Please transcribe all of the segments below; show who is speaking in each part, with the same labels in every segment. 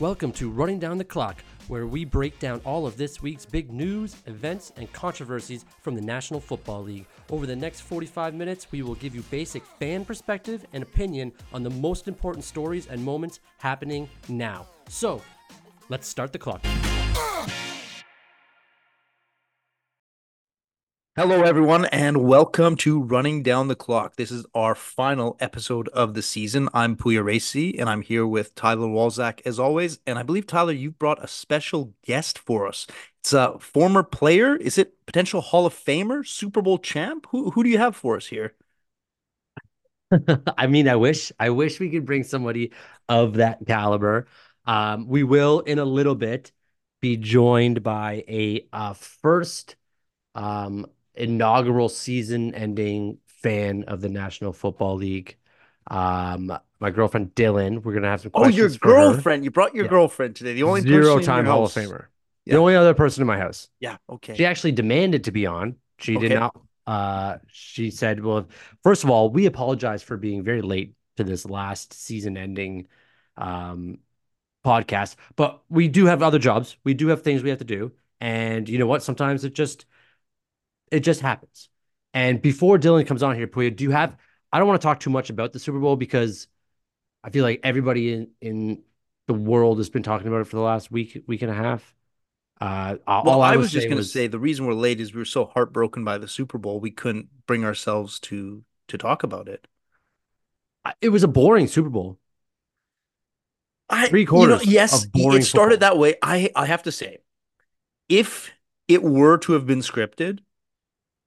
Speaker 1: Welcome to Running Down the Clock, where we break down all of this week's big news, events, and controversies from the National Football League. Over the next 45 minutes, we will give you basic fan perspective and opinion on the most important stories and moments happening now. So, let's start the clock.
Speaker 2: Hello, everyone, and welcome to Running Down the Clock. This is our final episode of the season. I'm Puya Racy, and I'm here with Tyler Walzak, as always. And I believe, Tyler, you've brought a special guest for us. It's a former player. Is it potential Hall of Famer, Super Bowl champ? Who, who do you have for us here?
Speaker 1: I mean, I wish I wish we could bring somebody of that caliber. Um, we will in a little bit be joined by a uh, first um, inaugural season-ending fan of the National Football League. Um, my girlfriend Dylan. We're gonna have some.
Speaker 2: Oh, your
Speaker 1: questions for her.
Speaker 2: girlfriend. You brought your
Speaker 1: Yeah.
Speaker 2: girlfriend today. The only person in your
Speaker 1: zero-time Hall of
Speaker 2: house.
Speaker 1: Famer.
Speaker 2: Yeah.
Speaker 1: The only other person in my house.
Speaker 2: Yeah. Okay.
Speaker 1: She actually demanded to be on. She did
Speaker 2: Okay.
Speaker 1: not. Uh, she said, "Well, first of all, we apologize for being very late to this last season-ending um, podcast, but we do have other jobs. We do have things we have to do, and you know what? Sometimes it just it just happens. And before Dylan comes on here, Puya, do you have? I don't want to talk too much about the Super Bowl because I feel like everybody in in the world has been talking about it for the last week week and a half. Uh,
Speaker 2: Well,
Speaker 1: all
Speaker 2: I
Speaker 1: would
Speaker 2: was just
Speaker 1: say
Speaker 2: going to
Speaker 1: was-
Speaker 2: say the reason we're late is we were so heartbroken by the Super Bowl, we couldn't bring ourselves to to talk about it.
Speaker 1: I- it was a boring Super Bowl.
Speaker 2: I,
Speaker 1: Three
Speaker 2: you know,
Speaker 1: quarters
Speaker 2: yes,
Speaker 1: of boring
Speaker 2: it started
Speaker 1: football.
Speaker 2: that way. I I have to say, if it were to have been scripted,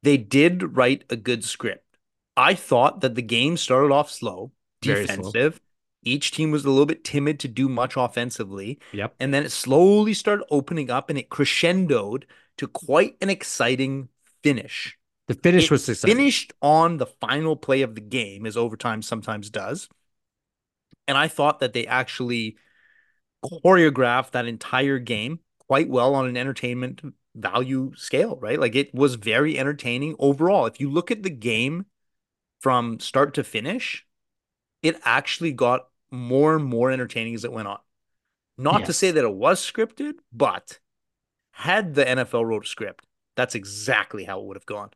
Speaker 2: they did write a good script. I thought that the game started off slow,
Speaker 1: Very slow.
Speaker 2: defensive. Each team was a little bit timid to do much offensively.
Speaker 1: Yep.
Speaker 2: And then it slowly started opening up and it crescendoed to quite an exciting finish.
Speaker 1: The finish
Speaker 2: It
Speaker 1: was exciting.
Speaker 2: Finished on the final play of the game, as overtime sometimes does. And I thought that they actually choreographed that entire game quite well on an entertainment value scale, right? Like it was very entertaining overall. If you look at the game from start to finish, it actually got more and more entertaining as it went on. Not to
Speaker 1: Yes.
Speaker 2: say that it was scripted, but had the NFL wrote a script, that's exactly how it would have gone.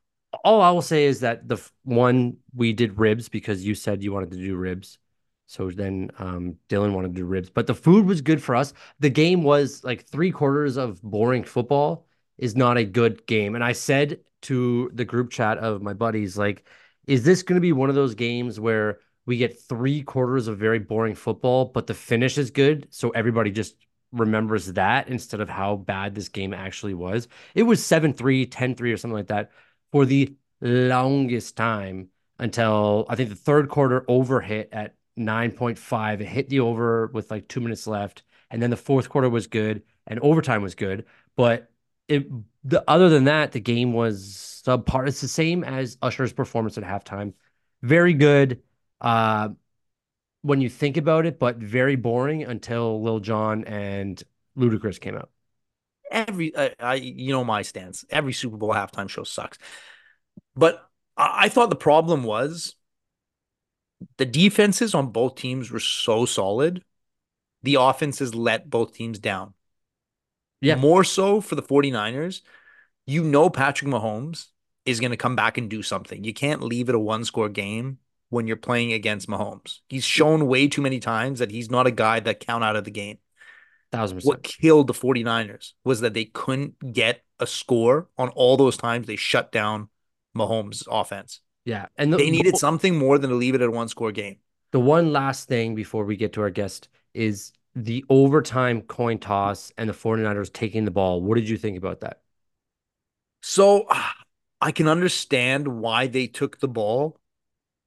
Speaker 1: All I will say is that the f- one we did ribs because you said you wanted to do ribs. So then um, Dylan wanted to do ribs, but the food was good for us. The game was like three quarters of boring football is not a good game. And I said to the group chat of my buddies, like, is this going to be one of those games where we get three quarters of very boring football, but the finish is good? So everybody just remembers that instead of how bad this game actually was. It was 7 3, 10 3, or something like that for the longest time until I think the third quarter over hit at 9.5. It hit the over with like two minutes left. And then the fourth quarter was good and overtime was good. But it, the, other than that, the game was subpar. It's the same as Usher's performance at halftime. Very good uh, when you think about it, but very boring until Lil Jon and Ludacris came out.
Speaker 2: every I, I you know my stance. Every Super Bowl halftime show sucks. But I, I thought the problem was the defenses on both teams were so solid. The offenses let both teams down.
Speaker 1: Yeah.
Speaker 2: More so for the 49ers. You know Patrick Mahomes is going to come back and do something. You can't leave it a one-score game when you're playing against Mahomes. He's shown way too many times that he's not a guy that count out of the game
Speaker 1: Thousand percent.
Speaker 2: what killed the 49ers was that they couldn't get a score on all those times they shut down Mahomes' offense.
Speaker 1: Yeah. And the,
Speaker 2: They needed something more than to leave it at a one score game.
Speaker 1: The one last thing before we get to our guest is the overtime coin toss and the 49ers taking the ball. What did you think about that?
Speaker 2: So ah, I can understand why they took the ball.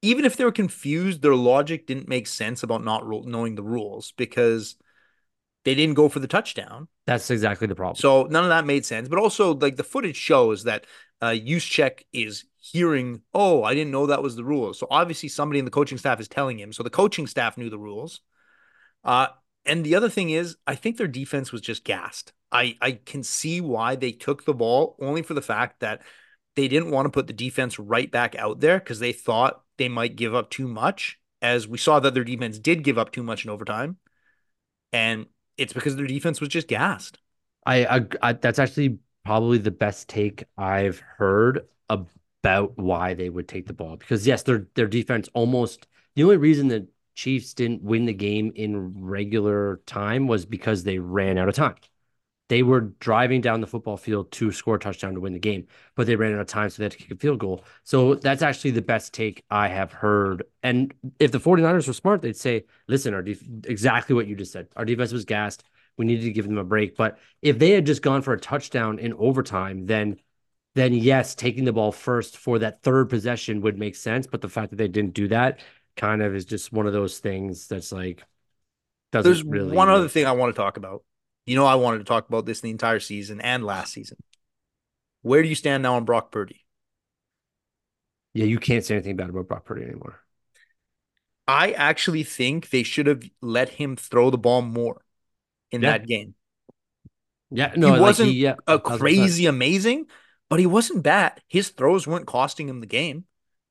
Speaker 2: Even if they were confused, their logic didn't make sense about not ru- knowing the rules because they didn't go for the touchdown.
Speaker 1: That's exactly the problem.
Speaker 2: So none of that made sense. But also, like the footage shows that uh, check is hearing, "Oh, I didn't know that was the rule." So obviously, somebody in the coaching staff is telling him. So the coaching staff knew the rules. Uh, and the other thing is, I think their defense was just gassed. I I can see why they took the ball only for the fact that they didn't want to put the defense right back out there because they thought they might give up too much. As we saw that their defense did give up too much in overtime, and It's because their defense was just gassed.
Speaker 1: I, I, I that's actually probably the best take I've heard about why they would take the ball because yes, their their defense almost the only reason the Chiefs didn't win the game in regular time was because they ran out of time. They were driving down the football field to score a touchdown to win the game, but they ran out of time, so they had to kick a field goal. So that's actually the best take I have heard. And if the 49ers were smart, they'd say, listen, our def- exactly what you just said. Our defense was gassed. We needed to give them a break. But if they had just gone for a touchdown in overtime, then then yes, taking the ball first for that third possession would make sense. But the fact that they didn't do that kind of is just one of those things that's like doesn't
Speaker 2: There's
Speaker 1: really
Speaker 2: one other
Speaker 1: work.
Speaker 2: thing I want to talk about. You know, I wanted to talk about this the entire season and last season. Where do you stand now on Brock Purdy?
Speaker 1: Yeah, you can't say anything bad about Brock Purdy anymore.
Speaker 2: I actually think they should have let him throw the ball more in
Speaker 1: Yeah.
Speaker 2: that game.
Speaker 1: Yeah, no, like,
Speaker 2: wasn't
Speaker 1: yeah,
Speaker 2: A
Speaker 1: 1000%.
Speaker 2: crazy amazing, but he wasn't bad. His throws weren't costing him the game.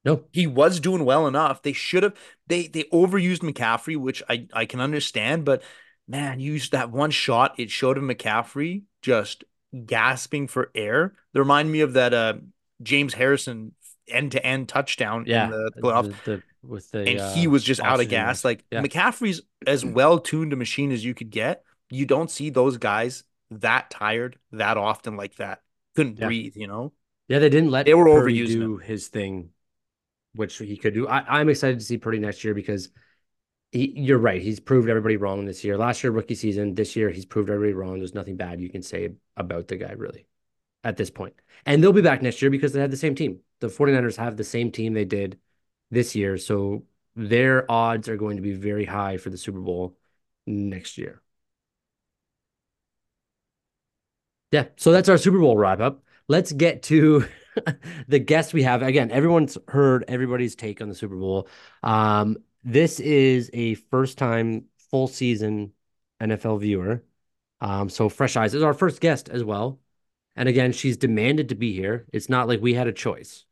Speaker 1: No,
Speaker 2: He was doing well enough. They should have they they overused McCaffrey, which I I can understand, but man, you used that one shot. It showed him McCaffrey just gasping for air. They remind me of that uh James Harrison end-to-end touchdown
Speaker 1: yeah, uh,
Speaker 2: in the playoffs
Speaker 1: the- the- with the
Speaker 2: and
Speaker 1: uh,
Speaker 2: he was just out of
Speaker 1: oxygen
Speaker 2: gas.
Speaker 1: mask.
Speaker 2: Like
Speaker 1: Yeah. Mm.
Speaker 2: McCaffrey's as well tuned a machine as you could get. You don't see those guys that tired that often like that. Couldn't
Speaker 1: Yeah.
Speaker 2: breathe, you know.
Speaker 1: yeah, they didn't let
Speaker 2: They were
Speaker 1: Purdy
Speaker 2: overusing
Speaker 1: do his thing, which he could do. I, I'm excited to see Purdy next year because he, you're right. He's proved everybody wrong this year. Last year, rookie season. This year, he's proved everybody wrong. There's nothing bad you can say about the guy, really, at this point. And they'll be back next year because they had the same team. The 49ers have the same team they did this year. So their odds are going to be very high for the Super Bowl next year. Yeah. So that's our Super Bowl wrap up. Let's get to the guest we have. Again, everyone's heard everybody's take on the Super Bowl. Um, this is a first time full season NFL viewer. Um, so Fresh Eyes is our first guest as well. And again, she's demanded to be here. It's not like we had a choice.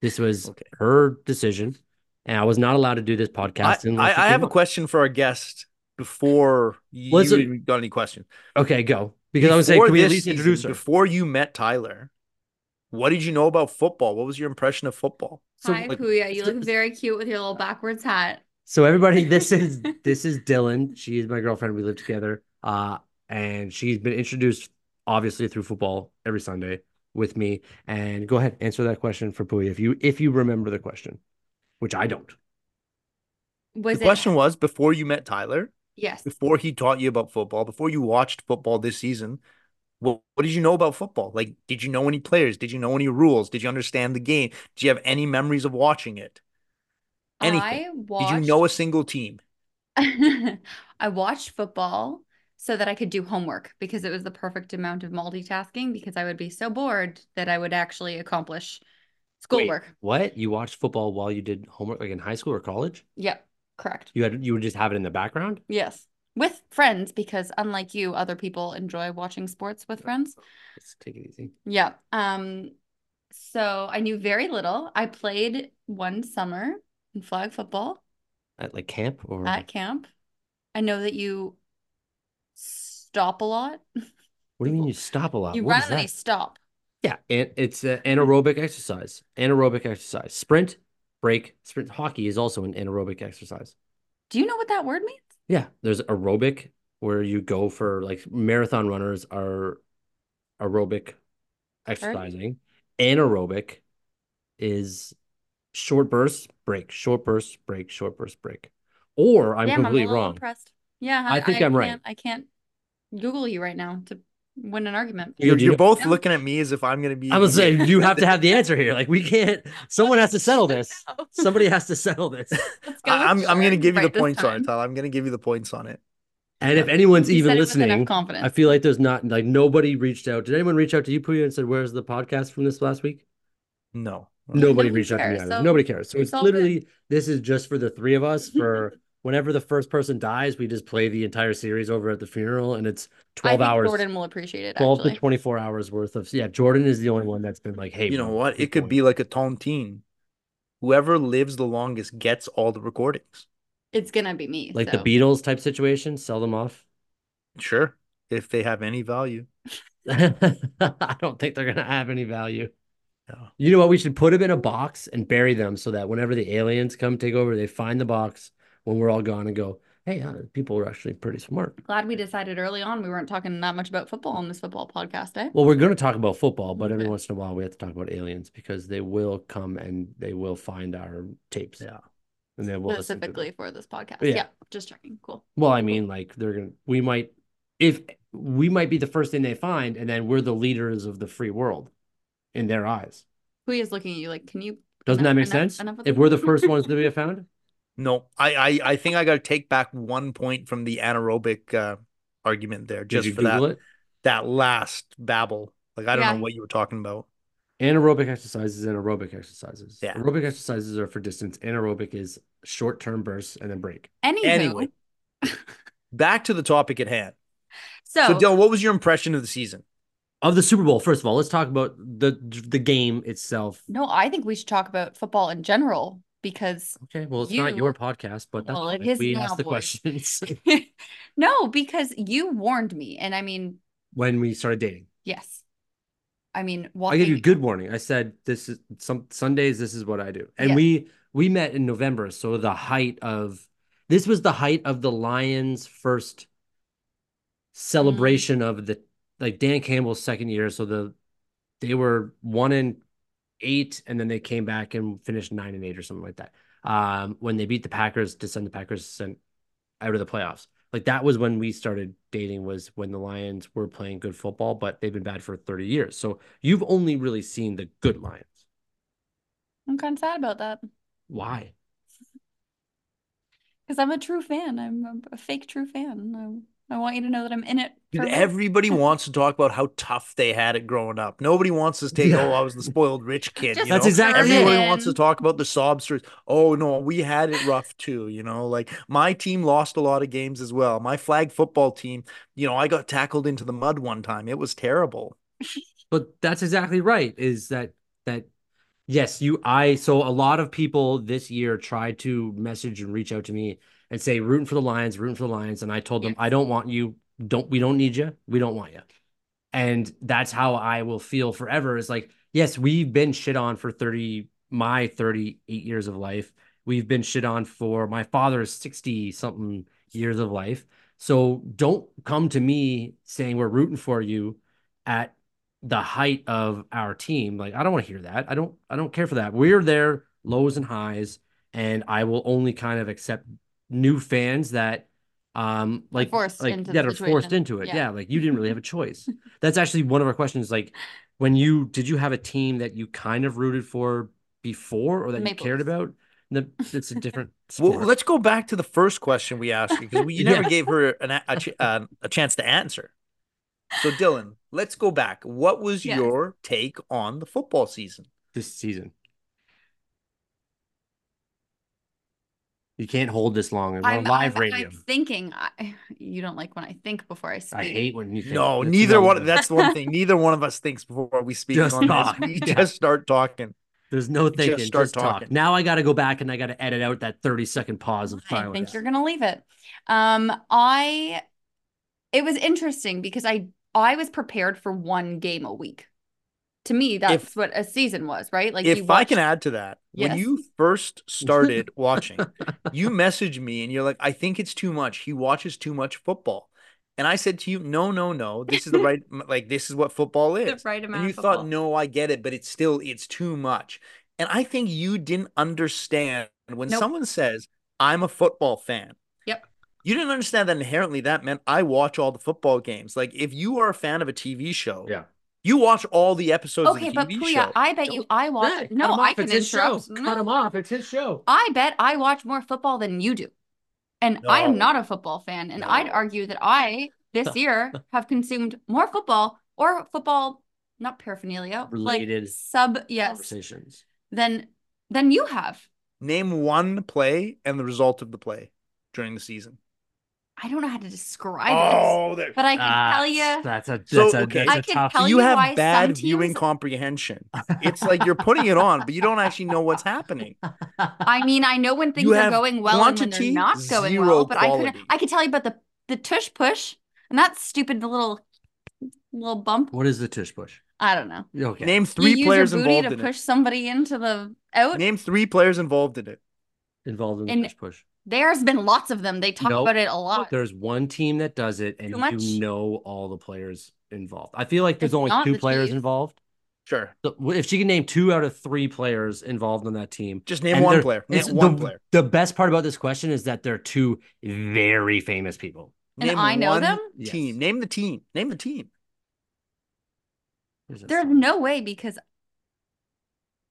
Speaker 1: This was
Speaker 2: Okay.
Speaker 1: her decision. And I was not allowed to do this
Speaker 2: I,
Speaker 1: podcast. unless
Speaker 2: I, I
Speaker 1: she
Speaker 2: have a
Speaker 1: won.
Speaker 2: question for our guest before you
Speaker 1: Listen-
Speaker 2: you got any question.
Speaker 1: Okay, go. Because I was saying,
Speaker 2: Before
Speaker 1: can we at
Speaker 2: this
Speaker 1: least
Speaker 2: season,
Speaker 1: introduce her?
Speaker 2: before you met Tyler? What did you know about football? What was your impression of football?
Speaker 3: Hi,
Speaker 2: like,
Speaker 3: Puya. You
Speaker 2: so-
Speaker 3: look very cute with your little backwards hat.
Speaker 1: So everybody, this is this is Dylan. She is my girlfriend. We live together. Uh, and she's been introduced obviously through football every Sunday with me. And go ahead, answer that question for Pui if you if you remember the question, which I don't.
Speaker 3: Was
Speaker 2: the
Speaker 3: it?
Speaker 2: question was before you met Tyler,
Speaker 3: Yes.
Speaker 2: before he taught you about football, before you watched football this season, what, what did you know about football? Like, did you know any players? Did you know any rules? Did you understand the game? Do you have any memories of watching it? Anything.
Speaker 3: I
Speaker 2: Did
Speaker 3: watched.
Speaker 2: you know a single team?
Speaker 3: I watched football so that I could do homework because it was the perfect amount of multitasking because I would be so bored that I would actually accomplish schoolwork.
Speaker 1: What? You watched football while you did homework like in high school or college?
Speaker 3: Yep. Correct.
Speaker 1: You had you would just have it in the background?
Speaker 3: Yes. With friends, because unlike you, other people enjoy watching sports with friends.
Speaker 1: Let's take it easy.
Speaker 3: Yeah. Um, so I knew very little. I played one summer in flag football.
Speaker 1: At like camp or
Speaker 3: at camp. I know that you stop a lot.
Speaker 1: what do you mean you stop a lot?
Speaker 3: You
Speaker 1: Uh, What
Speaker 3: run
Speaker 1: is
Speaker 3: and they
Speaker 1: that?
Speaker 3: stop.
Speaker 1: Yeah, and it's an anaerobic exercise. Anaerobic exercise. Sprint, break, sprint. Hockey is also an anaerobic exercise.
Speaker 3: Do you know what that word means?
Speaker 1: Yeah, there's aerobic where you go for like marathon runners are aerobic exercising. Anaerobic is short bursts, break, short bursts, break, short bursts, break. Or I'm
Speaker 3: Damn, a
Speaker 1: completely
Speaker 3: little
Speaker 1: wrong.
Speaker 3: impressed. Yeah,
Speaker 1: I think I'm right.
Speaker 3: can't- I can't Google you right now to win an argument.
Speaker 1: You
Speaker 2: You're,
Speaker 1: do
Speaker 2: you're
Speaker 1: know-
Speaker 2: both
Speaker 3: Yeah.
Speaker 2: looking at me as if I'm going to be.
Speaker 1: I was saying you have to have the answer here. Like we can't. Someone has to settle this.
Speaker 3: No.
Speaker 1: Somebody has to settle this.
Speaker 3: Let's go
Speaker 2: I,
Speaker 3: with
Speaker 2: am I'm going to
Speaker 3: Sharon
Speaker 2: give you
Speaker 3: right
Speaker 2: the
Speaker 3: this
Speaker 2: points on
Speaker 3: time.
Speaker 2: it, Tyler. I'm going to give you the points on it.
Speaker 1: And if anyone's
Speaker 3: You
Speaker 1: even
Speaker 3: said it with enough
Speaker 1: listening, I
Speaker 3: confidence.
Speaker 1: feel like there's not like nobody reached out. Did anyone reach out to you, Puya, and said, "Where's the podcast from this last week"?
Speaker 2: No.
Speaker 1: Nobody
Speaker 3: Nobody
Speaker 1: reached out to me
Speaker 3: cares,
Speaker 1: either.
Speaker 3: so
Speaker 1: Nobody cares. So
Speaker 3: it's
Speaker 1: it's
Speaker 3: all good.
Speaker 1: literally this is just for the three of us. For whenever the first person dies, we just play the entire series over at the funeral, and it's
Speaker 3: I
Speaker 1: twelve
Speaker 3: think
Speaker 1: hours,
Speaker 3: Jordan will appreciate it.
Speaker 1: twelve
Speaker 3: actually.
Speaker 1: to twenty-four hours worth of. Yeah, Jordan is the only one that's been like, "Hey,
Speaker 2: You know
Speaker 1: bro,
Speaker 2: what?
Speaker 1: keep
Speaker 2: It could
Speaker 1: going."
Speaker 2: be like a tontine. Whoever lives the longest gets all the recordings.
Speaker 3: It's gonna be me.
Speaker 1: like
Speaker 3: so.
Speaker 1: the Beatles type situation. Sell them off.
Speaker 2: Sure. If they have any value.
Speaker 1: I don't think they're gonna have any value.
Speaker 2: No.
Speaker 1: You know what? We should put them in a box and bury them so that whenever the aliens come take over, they find the box when we're all gone and go, "Hey, uh, people are actually pretty smart."
Speaker 3: Glad we decided early on we weren't talking that much about football on this football podcast, eh?
Speaker 1: Well, we're going to talk about football, but every
Speaker 3: Okay.
Speaker 1: once in a while we have to talk about aliens because they will come and they will find our tapes.
Speaker 2: Yeah.
Speaker 1: And then we'll listen to them.
Speaker 3: Specifically for this podcast.
Speaker 1: Yeah.
Speaker 3: Yeah. Just checking. Cool.
Speaker 1: Well, I mean, like they're gonna we might if we might be the first thing they find, and then we're the leaders of the free world in their eyes.
Speaker 3: Who is looking at you like, can you?
Speaker 1: Doesn't
Speaker 3: Enough-
Speaker 1: that make
Speaker 3: enough-
Speaker 1: sense?
Speaker 3: enough of
Speaker 1: If
Speaker 3: that.
Speaker 1: we're the first ones to be found,
Speaker 2: No, I, I, I think I got to take back one point from the anaerobic uh, argument there
Speaker 1: did
Speaker 2: just
Speaker 1: you
Speaker 2: for
Speaker 1: Google
Speaker 2: that,
Speaker 1: it?
Speaker 2: that last babble. Like, I don't
Speaker 3: Yeah.
Speaker 2: know what you were talking about.
Speaker 1: Anaerobic exercises and aerobic exercises.
Speaker 2: Yeah.
Speaker 1: Aerobic exercises are for distance. Anaerobic is short-term bursts and then break.
Speaker 3: Anywho,
Speaker 2: Anyway, back to the topic at hand.
Speaker 3: so,
Speaker 2: So, Dylan, what was your impression of the season?
Speaker 1: Of the Super Bowl, first of all, let's talk about the the game itself.
Speaker 3: no, I think we should talk about football in general because
Speaker 1: Okay, well, it's not your
Speaker 3: You-
Speaker 1: podcast, but that's
Speaker 3: Well, it
Speaker 1: fine.
Speaker 3: is
Speaker 1: we
Speaker 3: now,
Speaker 1: asked the
Speaker 3: boy.
Speaker 1: questions
Speaker 3: no, because you warned me, and I mean,
Speaker 1: when we started dating.
Speaker 3: yes, I mean,
Speaker 1: I
Speaker 3: walking,
Speaker 1: gave you good warning. I said this is some Sundays. This is what I do, and
Speaker 3: Yeah.
Speaker 1: we we met in November, so the height of this was the height of the Lions' first celebration of the like Dan Campbell's second year. So the they were one and eight, and then they came back and finished nine and eight or something like that. Um, when they beat the Packers to send the Packers sent out of the playoffs. Like that was when we started dating was when the Lions were playing good football, but they've been bad for 30 years. So you've only really seen the good Lions.
Speaker 3: I'm kind of sad about that
Speaker 1: Why?
Speaker 3: because I'm a true fan. I'm a, a fake true fan. I, I want you to know that I'm in it.
Speaker 2: Dude,
Speaker 3: for real.
Speaker 2: everybody wants to talk about how tough they had it growing up. Nobody wants to say,
Speaker 1: Yeah.
Speaker 2: "Oh, I was the spoiled rich kid." You
Speaker 3: Just
Speaker 2: know?
Speaker 1: That's exactly it.
Speaker 2: Everyone wants to
Speaker 3: Urban.
Speaker 2: talk about the sob stories. Oh no, we had it rough too. You know, like my team lost a lot of games as well. My flag football team, you know, I got tackled into the mud one time. It was terrible.
Speaker 1: But that's exactly right. Is that that yes, you I so a lot of people this year tried to message and reach out to me and say rooting for the Lions, rooting for the Lions. And I told them,
Speaker 3: Yes.
Speaker 1: I don't want you, don't we don't need you. We don't want you. And that's how I will feel forever. Is like, yes, we've been shit on for 30, my 38 years of life. We've been shit on for my father's 60 something years of life. So don't come to me saying we're rooting for you at the height of our team. Like, I don't want to hear that. I don't, I don't care for that. We're there, lows and highs, and I will only kind of accept new fans that um like
Speaker 3: forced
Speaker 1: like
Speaker 3: into the
Speaker 1: that are forced
Speaker 3: situation.
Speaker 1: into it.
Speaker 3: Yeah.
Speaker 1: yeah, like you didn't really have a choice. That's actually one of our questions. Like, when you did you have a team that you kind of rooted for before or that you
Speaker 3: Maple
Speaker 1: cared
Speaker 3: Leafs.
Speaker 1: about? No, it's a different
Speaker 2: Well,
Speaker 1: sport.
Speaker 2: let's go back to the first question we asked you because you never
Speaker 1: Yeah.
Speaker 2: gave her an, a, a, ch- uh, a chance to answer. So, Dylan, let's go back. What was
Speaker 3: Yes.
Speaker 2: your take on the football season?
Speaker 1: this season. You can't hold this long. We're on
Speaker 3: I'm
Speaker 1: live
Speaker 3: I'm,
Speaker 1: radio.
Speaker 3: I'm thinking. I, you don't like when I think before I speak.
Speaker 1: I hate when you think
Speaker 2: No,
Speaker 1: this is
Speaker 2: neither
Speaker 1: all
Speaker 2: one.
Speaker 1: good.
Speaker 2: That's the one thing. Neither one of us thinks before we speak
Speaker 1: Just
Speaker 2: on
Speaker 1: talk.
Speaker 2: this. We
Speaker 1: Yeah.
Speaker 2: just start talking.
Speaker 1: There's no
Speaker 2: just
Speaker 1: thinking.
Speaker 2: start
Speaker 1: just talk.
Speaker 2: talking.
Speaker 1: Now I got to go back and I got to edit out that 30 second pause of
Speaker 3: I
Speaker 1: silence.
Speaker 3: think you're gonna leave it. Um, I it was interesting because I I was prepared for one game a week. To me, that's what a season was, right? Like
Speaker 2: if I can
Speaker 3: watched-
Speaker 2: add to that, when
Speaker 3: Yes.
Speaker 2: you first started watching, you messaged me and you're like, I think it's too much. He watches too much football. And I said to you, no, no, no. This is the right, like, this is what football is.
Speaker 3: the right amount.
Speaker 2: and you
Speaker 3: of football.
Speaker 2: thought no i get it but it's still it's too much and i think you didn't understand when
Speaker 3: Nope.
Speaker 2: someone says i'm a football fan
Speaker 3: Yep.
Speaker 2: you didn't understand that inherently that meant i watch all the football games like if you are a fan of a tv show
Speaker 1: Yeah.
Speaker 2: you watch all the episodes
Speaker 3: Okay,
Speaker 2: of the
Speaker 3: but
Speaker 2: tv
Speaker 3: Puya,
Speaker 2: show
Speaker 3: I bet you I watch. No, I can interrupt. No,
Speaker 1: off. It's his show.
Speaker 3: I bet I watch more football than you do, and I am
Speaker 2: No.
Speaker 3: not a football fan. And I'd
Speaker 1: No.
Speaker 3: argue that I this year have consumed more football or football not paraphernalia
Speaker 1: Related
Speaker 3: like sub yes
Speaker 1: Conversations.
Speaker 3: than than you have.
Speaker 2: name one play and the result of the play during the season
Speaker 3: I don't know how to describe this,
Speaker 2: oh there
Speaker 3: but I can
Speaker 1: Ah,
Speaker 3: tell you.
Speaker 1: That's a, that's
Speaker 2: So,
Speaker 1: a,
Speaker 2: okay.
Speaker 1: that's
Speaker 3: I
Speaker 1: a
Speaker 3: can
Speaker 1: tough.
Speaker 3: tell
Speaker 2: you
Speaker 3: you
Speaker 2: have
Speaker 3: why some
Speaker 2: bad
Speaker 3: teams-
Speaker 2: viewing comprehension it's like you're putting it on but you don't actually know what's happening
Speaker 3: I mean, I know when things are
Speaker 2: have
Speaker 3: going well and when they're
Speaker 2: quantity,
Speaker 3: not going
Speaker 2: zero
Speaker 3: well, but I
Speaker 2: quality.
Speaker 3: couldn't. I could tell you about the the tush push And that stupid little little bump.
Speaker 1: What is the tush push?
Speaker 3: I don't know.
Speaker 1: Okay.
Speaker 2: Name three
Speaker 3: you
Speaker 2: players
Speaker 3: use your booty
Speaker 2: involved
Speaker 3: to
Speaker 2: in
Speaker 3: push somebody into the out.
Speaker 2: it. Name three players involved in it.
Speaker 1: Involved in the
Speaker 3: And-
Speaker 1: tush push.
Speaker 3: There's been lots of them. They talk
Speaker 1: Nope.
Speaker 3: about it a lot.
Speaker 1: There's one team that does it, and
Speaker 3: Too much.
Speaker 1: you know all the players involved. I feel like there's
Speaker 3: It's
Speaker 1: only
Speaker 3: not
Speaker 1: two
Speaker 3: the
Speaker 1: players
Speaker 3: Chiefs.
Speaker 1: involved.
Speaker 2: Sure.
Speaker 1: So, w- If she can name two out of three players involved on that team,
Speaker 2: Just name
Speaker 1: And
Speaker 2: one
Speaker 1: they're-
Speaker 2: player.
Speaker 1: it's
Speaker 2: Name one
Speaker 1: the,
Speaker 2: player.
Speaker 1: the best part about this question is that they're two very famous people.
Speaker 3: And
Speaker 2: Name
Speaker 3: I know
Speaker 2: one
Speaker 3: them?
Speaker 1: Yes.
Speaker 2: Team. Name the team. Name the team.
Speaker 1: Where's that
Speaker 3: There's
Speaker 1: from?
Speaker 3: no way because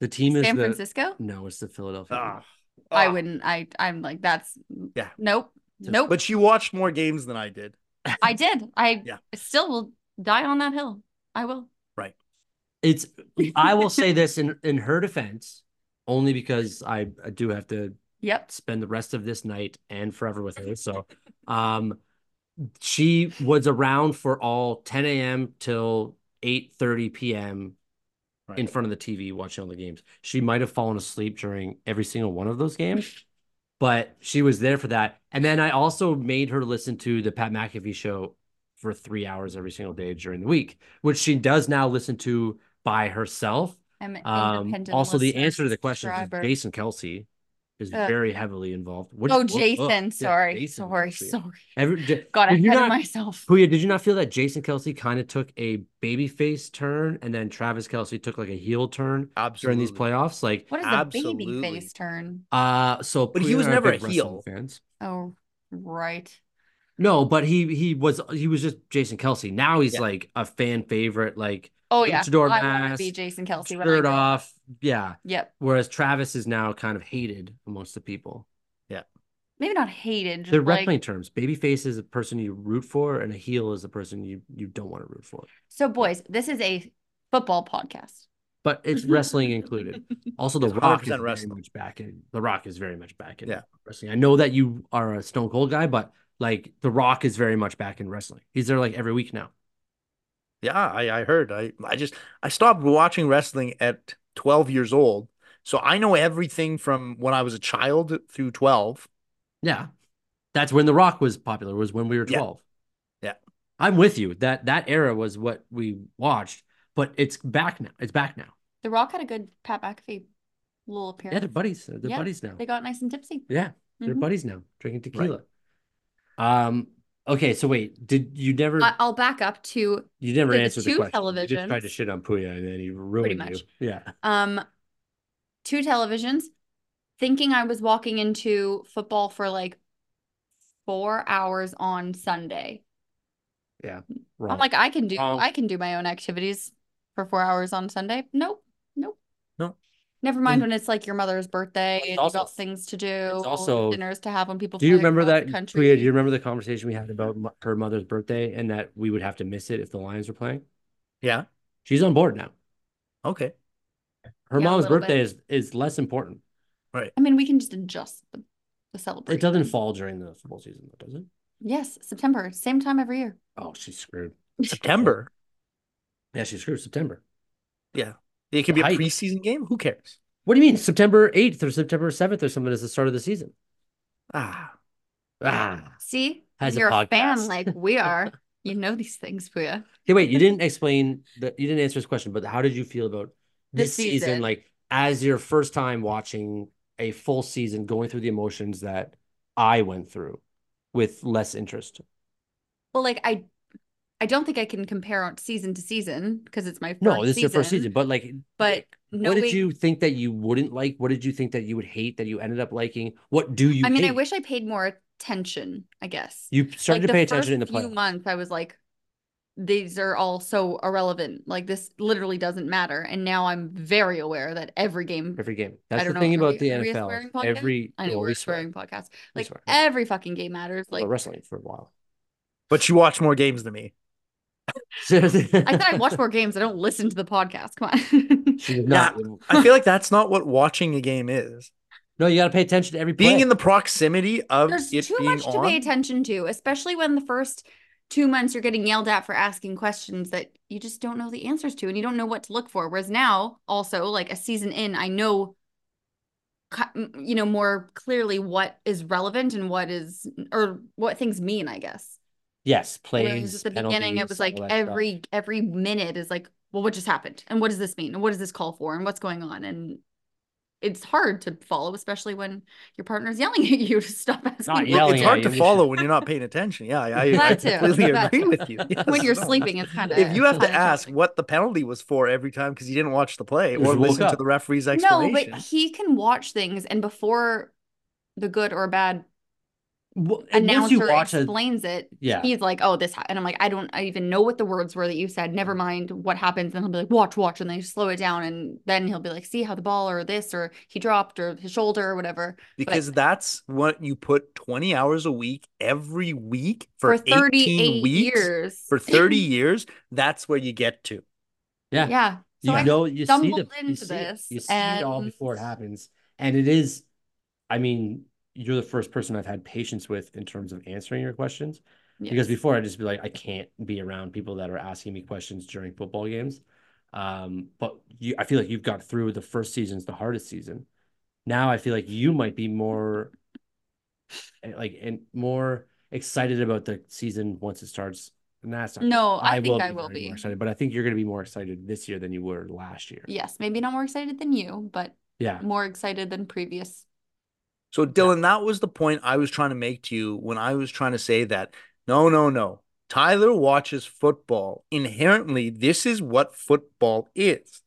Speaker 1: the team is
Speaker 3: San
Speaker 1: the-
Speaker 3: Francisco.
Speaker 1: No, it's the Philadelphia.
Speaker 2: Ah,
Speaker 3: I
Speaker 2: ah.
Speaker 3: wouldn't. I I'm like that's
Speaker 2: Yeah.
Speaker 3: Nope.
Speaker 1: Just-
Speaker 3: Nope.
Speaker 2: But you watched more games than I did.
Speaker 3: I did. I
Speaker 2: Yeah.
Speaker 3: still will die on that hill. I will.
Speaker 1: It's I will say this in in her defense, only because I, I do have to
Speaker 3: Yep.
Speaker 1: spend the rest of this night and forever with her. So, um, she was around for all 10 a.m. till 8:30 p.m.
Speaker 2: Right.
Speaker 1: in front of the TV watching all the games. She might have fallen asleep during every single one of those games, but she was there for that. And then I also made her listen to the Pat McAfee show for three hours every single day during the week, which she does now listen to by herself.
Speaker 3: I'm an
Speaker 1: Um,
Speaker 3: independent
Speaker 1: also, the
Speaker 3: listener,
Speaker 1: answer to the question is
Speaker 3: subscriber.
Speaker 1: Jason Kelsey is
Speaker 3: Ugh.
Speaker 1: very heavily involved. What-
Speaker 3: Oh,
Speaker 1: what-
Speaker 3: Jason.
Speaker 1: ugh, yeah,
Speaker 3: sorry.
Speaker 1: Jason
Speaker 3: sorry.
Speaker 1: Kelce.
Speaker 3: Sorry.
Speaker 1: Every, j-
Speaker 3: Got
Speaker 1: did
Speaker 3: ahead
Speaker 1: you
Speaker 3: of
Speaker 1: not,
Speaker 3: myself.
Speaker 1: Puya, did you not feel that Jason Kelsey kind of took a babyface turn and then Travis Kelsey took like a heel turn
Speaker 2: Absolutely.
Speaker 1: during these playoffs? Like,
Speaker 3: What is the
Speaker 2: Absolutely.
Speaker 3: baby face turn?
Speaker 1: uh, so
Speaker 2: But he
Speaker 1: Puya
Speaker 2: was
Speaker 1: and I are
Speaker 2: never a
Speaker 1: big wrestling
Speaker 2: heel.
Speaker 1: Fans.
Speaker 3: Oh, right.
Speaker 1: No, but he he was he was just Jason Kelsey. Now he's
Speaker 2: Yeah.
Speaker 1: like a fan favorite, like
Speaker 3: Oh yeah.
Speaker 1: Luchador
Speaker 3: I want to be
Speaker 1: mask,
Speaker 3: Jason Kelsey. when I
Speaker 1: shirt
Speaker 3: grow up.
Speaker 1: off, yeah.
Speaker 3: Yep.
Speaker 1: Whereas Travis is now kind of hated amongst the people.
Speaker 3: Maybe not hated. Just
Speaker 1: They're
Speaker 3: like
Speaker 1: wrestling terms. Babyface is a person you root for, and a heel is a person you you don't want to root for.
Speaker 3: so, boys. This is a football podcast.
Speaker 1: But it's wrestling included. Also, The
Speaker 2: It's
Speaker 1: Rock is
Speaker 2: 100%
Speaker 1: very
Speaker 2: wrestling.
Speaker 1: much back in. The Rock is very much back in
Speaker 2: Yeah.
Speaker 1: wrestling. I know that you are a Stone Cold guy, but like The Rock is very much back in wrestling. He's there like every week now.
Speaker 2: Yeah, I, I heard. I, I just I stopped watching wrestling at 12 years old. So I know everything from when I was a child through 12.
Speaker 1: Yeah, that's when The Rock was popular. Was when we were
Speaker 2: Yeah.
Speaker 1: twelve.
Speaker 2: Yeah.
Speaker 1: I'm with you. That that era was what we watched, but it's back now. It's back now.
Speaker 3: The Rock had a good Pat McAfee little
Speaker 1: Yeah, they're
Speaker 3: appearance.
Speaker 1: buddies. They're
Speaker 3: Yeah,
Speaker 1: buddies now.
Speaker 3: they got nice and tipsy.
Speaker 1: yeah, they're
Speaker 3: Mhm.
Speaker 1: buddies now, drinking
Speaker 2: Right.
Speaker 1: tequila. Um. Okay, so wait, did you never?
Speaker 3: I- I'll back up to
Speaker 1: You never
Speaker 3: Did the
Speaker 1: answered the
Speaker 3: two
Speaker 1: question. You just tried to
Speaker 3: televisions-
Speaker 1: shit on Puya and then he ruined
Speaker 3: much.
Speaker 1: you. Yeah.
Speaker 3: um two televisions thinking i was walking into football for like four hours on sunday
Speaker 1: Wrong.
Speaker 3: i'm like i can do
Speaker 1: Wrong.
Speaker 3: i can do my own activities for four hours on sunday nope nope
Speaker 2: No.
Speaker 3: never mind
Speaker 1: And-
Speaker 3: when it's like your mother's birthday
Speaker 1: It's
Speaker 3: and
Speaker 1: also-
Speaker 3: you got things to do
Speaker 1: also-
Speaker 3: dinners to have when people
Speaker 1: do you
Speaker 3: fly
Speaker 1: remember
Speaker 3: across
Speaker 1: that?
Speaker 3: the
Speaker 1: Puya, do you remember the conversation we had about mo- her mother's birthday and that we would have to miss it if the Lions were playing?
Speaker 2: Yeah.
Speaker 1: She's on board now.
Speaker 2: Okay.
Speaker 1: Her
Speaker 3: Yeah, a
Speaker 1: mom's
Speaker 3: little
Speaker 1: birthday is is less important.
Speaker 3: i mean we can just adjust the, the celebration
Speaker 1: It doesn't fall during the football season, though, does it?
Speaker 3: yes september same time every year
Speaker 1: Oh, she's screwed.
Speaker 2: September.
Speaker 1: Yeah, she's screwed. September.
Speaker 2: It could be a
Speaker 1: Right.
Speaker 2: preseason game. Who cares?
Speaker 1: What do you mean? September 8th or September 7th or something is the start of the season.
Speaker 2: Ah,
Speaker 1: Ah.
Speaker 3: see
Speaker 1: Has a
Speaker 3: you're a fan
Speaker 1: podcast.
Speaker 3: like we are you know these things Puya.
Speaker 1: Okay, wait, you didn't explain that you didn't answer this question, but how did you feel about
Speaker 3: The
Speaker 1: this season,
Speaker 3: season.
Speaker 1: like as your first time watching a full season, going through the emotions that I went through with less interest?
Speaker 3: Well, like I, I don't think I can compare on season to season because it's my first
Speaker 1: No, this is your first season, but like
Speaker 3: But
Speaker 1: what
Speaker 3: knowing,
Speaker 1: did you think that you wouldn't like? What did you think that you would hate that you ended up liking? What do you
Speaker 3: I mean, I
Speaker 1: hate?
Speaker 3: wish I paid more attention. I guess
Speaker 1: you started
Speaker 3: Like,
Speaker 1: to
Speaker 3: the
Speaker 1: pay attention in the
Speaker 3: first
Speaker 1: play.
Speaker 3: few months. I was like, these are all so irrelevant. Like this literally doesn't matter. And now I'm very aware that every game.
Speaker 1: every game. That's the
Speaker 3: don't know,
Speaker 1: thing
Speaker 3: are
Speaker 1: about
Speaker 3: we-
Speaker 1: the
Speaker 3: are we a
Speaker 1: NFL.
Speaker 3: swearing
Speaker 1: is
Speaker 3: podcast?
Speaker 1: Every
Speaker 3: I know
Speaker 1: no,
Speaker 3: we're
Speaker 1: we
Speaker 3: a
Speaker 1: swear.
Speaker 3: swearing podcast.
Speaker 1: We
Speaker 3: Like
Speaker 1: swear.
Speaker 3: every fucking game matters.
Speaker 1: Well,
Speaker 3: Like
Speaker 1: wrestling for a while.
Speaker 2: but you watch more games than me.
Speaker 3: I said, I watch more games. I don't listen to the podcast. Come on.
Speaker 1: She did not.
Speaker 2: I feel like that's not what watching a game is.
Speaker 1: No, you got to pay attention to every
Speaker 2: Being
Speaker 1: play.
Speaker 2: in the proximity of
Speaker 3: There's
Speaker 2: it
Speaker 3: too
Speaker 2: being
Speaker 3: much to
Speaker 2: on.
Speaker 3: pay attention to, especially when the first two months you're getting yelled at for asking questions that you just don't know the answers to and you don't know what to look for. Whereas now, also like a season in, I know, cu- m- you know, more clearly what is relevant and what is, or what things mean, I guess.
Speaker 1: Yes,
Speaker 3: Whereas
Speaker 1: plays.
Speaker 3: at the beginning, it
Speaker 1: penalties,
Speaker 3: was like
Speaker 1: all that stuff.
Speaker 3: every every minute is like, well, what just happened, and what does this mean, and what does this call for, and what's going on, and it's hard to follow, especially when your partner's yelling at you to stop asking.
Speaker 1: Not
Speaker 3: questions.
Speaker 1: yelling
Speaker 2: it's
Speaker 1: at you,
Speaker 2: hard to
Speaker 1: you
Speaker 2: follow when you're not paying attention. Yeah, I, I, I
Speaker 3: That too,
Speaker 2: completely
Speaker 3: that
Speaker 2: agree
Speaker 3: too.
Speaker 2: with you.
Speaker 3: when
Speaker 2: Yes,
Speaker 3: you're
Speaker 2: no.
Speaker 3: sleeping. It's kind of
Speaker 2: If you have to ask what the penalty was for every time because you didn't watch the play
Speaker 1: You
Speaker 2: or
Speaker 1: just woke
Speaker 2: listen to
Speaker 1: up.
Speaker 2: the referee's
Speaker 3: No,
Speaker 2: explanation,
Speaker 3: but he can watch things, and before the good or bad
Speaker 1: Well, and once
Speaker 3: announcer
Speaker 1: you watch a
Speaker 3: explains it,
Speaker 1: yeah.
Speaker 3: he's like, "Oh, this," ha-. and I'm like, "I don't I even know what the words were that you said.
Speaker 2: Mm-hmm.
Speaker 3: Never mind what happens." And he'll be like, "Watch, watch," and they slow it down, and then he'll be like, "See how the ball or this or he dropped or his shoulder or whatever."
Speaker 2: because that's what you put 20 hours a week every week
Speaker 3: For,
Speaker 2: for,
Speaker 3: 38
Speaker 2: 18 weeks
Speaker 3: years,
Speaker 2: for 30 years, that's where you get to.
Speaker 1: Yeah.
Speaker 3: yeah, so
Speaker 1: you
Speaker 3: I
Speaker 1: know you see the
Speaker 3: stumbled
Speaker 1: you
Speaker 3: into
Speaker 1: see, it-
Speaker 3: this
Speaker 1: you see it all
Speaker 3: and-
Speaker 1: before it happens and it is i mean you're the first person i've had patience with in terms of answering your questions because
Speaker 3: yes.
Speaker 1: before i'd just be like i can't be around people that are asking me questions during football games um but you i feel like you've got through the first season's the hardest season now i feel like you might be more eh, like and more excited about the season once it starts and that's not-
Speaker 3: no, I, think I
Speaker 1: be
Speaker 3: will
Speaker 1: very
Speaker 3: be.
Speaker 1: more excited but i think you're going to be more excited this year than you were last year
Speaker 3: Yes, maybe not more excited than you, but
Speaker 1: yeah
Speaker 3: more excited than previous.
Speaker 2: So, Dylan, that was the point I was trying to make to you when I was trying to say that no, no, no. Tyler watches football. Inherently, this is what football is.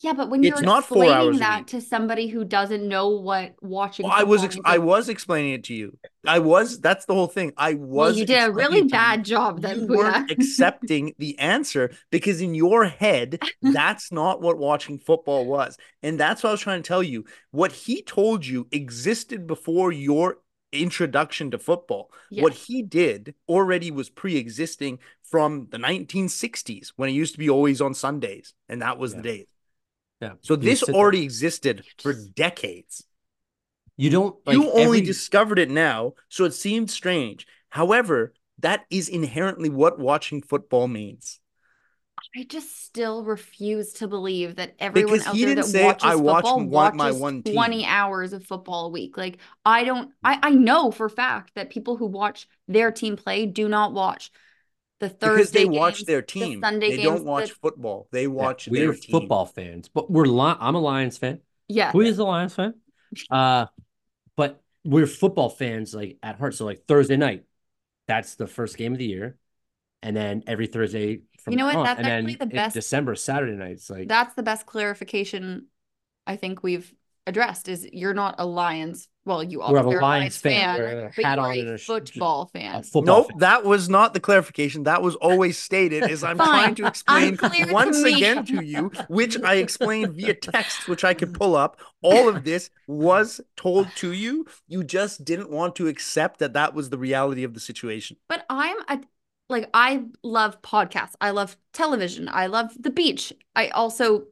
Speaker 3: Yeah, but when
Speaker 2: It's
Speaker 3: you're
Speaker 2: not four hours a
Speaker 3: explaining that
Speaker 2: week.
Speaker 3: to somebody who doesn't know what watching,
Speaker 2: Well, I was ex-
Speaker 3: football
Speaker 2: I
Speaker 3: is, like,
Speaker 2: was explaining it to you. I was that's the whole thing. I
Speaker 3: well,
Speaker 2: was
Speaker 3: you did a
Speaker 2: explaining
Speaker 3: really
Speaker 2: it to you.
Speaker 3: bad job. Then
Speaker 2: you
Speaker 3: Buddha.
Speaker 2: weren't accepting the answer because in your head that's not what watching football was and that's what i was trying to tell you what he told you existed before your introduction to football what
Speaker 3: Yes.
Speaker 2: he did already was pre-existing from the 1960s when it used to be always on sundays and that was the
Speaker 1: Yeah.
Speaker 2: days
Speaker 1: Yeah.
Speaker 2: so
Speaker 1: You
Speaker 2: this
Speaker 1: sit there.
Speaker 2: already existed for
Speaker 3: just-
Speaker 2: decades
Speaker 1: you don't like
Speaker 2: you only
Speaker 1: every-
Speaker 2: discovered it now, so it seemed strange. However, that is inherently what watching football means.
Speaker 3: I just still refuse to believe that everyone
Speaker 2: Because
Speaker 3: out
Speaker 2: he
Speaker 3: there
Speaker 2: didn't
Speaker 3: that
Speaker 2: say,
Speaker 3: watches
Speaker 2: "I watch
Speaker 3: football
Speaker 2: one- my
Speaker 3: watches
Speaker 2: one team."
Speaker 3: 20 hours of football a week. Like I don't I I know for a fact that people who watch their team play do not watch the Thursday
Speaker 2: because they watch
Speaker 3: games,
Speaker 2: their
Speaker 3: the
Speaker 2: team.
Speaker 3: Sunday
Speaker 2: they
Speaker 3: games,
Speaker 2: don't
Speaker 3: the-
Speaker 2: watch football. They
Speaker 1: Yeah,
Speaker 2: watch
Speaker 1: we're
Speaker 2: their team.
Speaker 1: football fans, but we're li- I'm a Lions fan.
Speaker 3: Yeah.
Speaker 1: Who is a Lions fan? Uh, but we're football fans like at heart. So like Thursday night, that's the first game of the year, and then every Thursday from
Speaker 3: know what?
Speaker 1: on,
Speaker 3: That's
Speaker 1: and
Speaker 3: actually
Speaker 1: then
Speaker 3: the
Speaker 1: in
Speaker 3: best-
Speaker 1: December Saturday nights like
Speaker 3: That's the best clarification I think we've addressed is you're not a Lions. Well, you are
Speaker 1: We're a
Speaker 3: you're
Speaker 1: Lions fan. We're a
Speaker 3: but
Speaker 1: hat
Speaker 3: you are
Speaker 1: on
Speaker 3: a
Speaker 1: and a sh-
Speaker 3: football fan.
Speaker 1: a football.
Speaker 2: Nope, that was not the clarification. That was always stated. Is I'm
Speaker 3: Fine.
Speaker 2: trying to explain
Speaker 3: Unclear to
Speaker 2: once
Speaker 3: me.
Speaker 2: again to you, which I explained via text, which I could pull up. All of this was told to you. You just didn't want to accept that that was the reality of the situation.
Speaker 3: But I'm a like I love podcasts. I love television. I love the beach. I also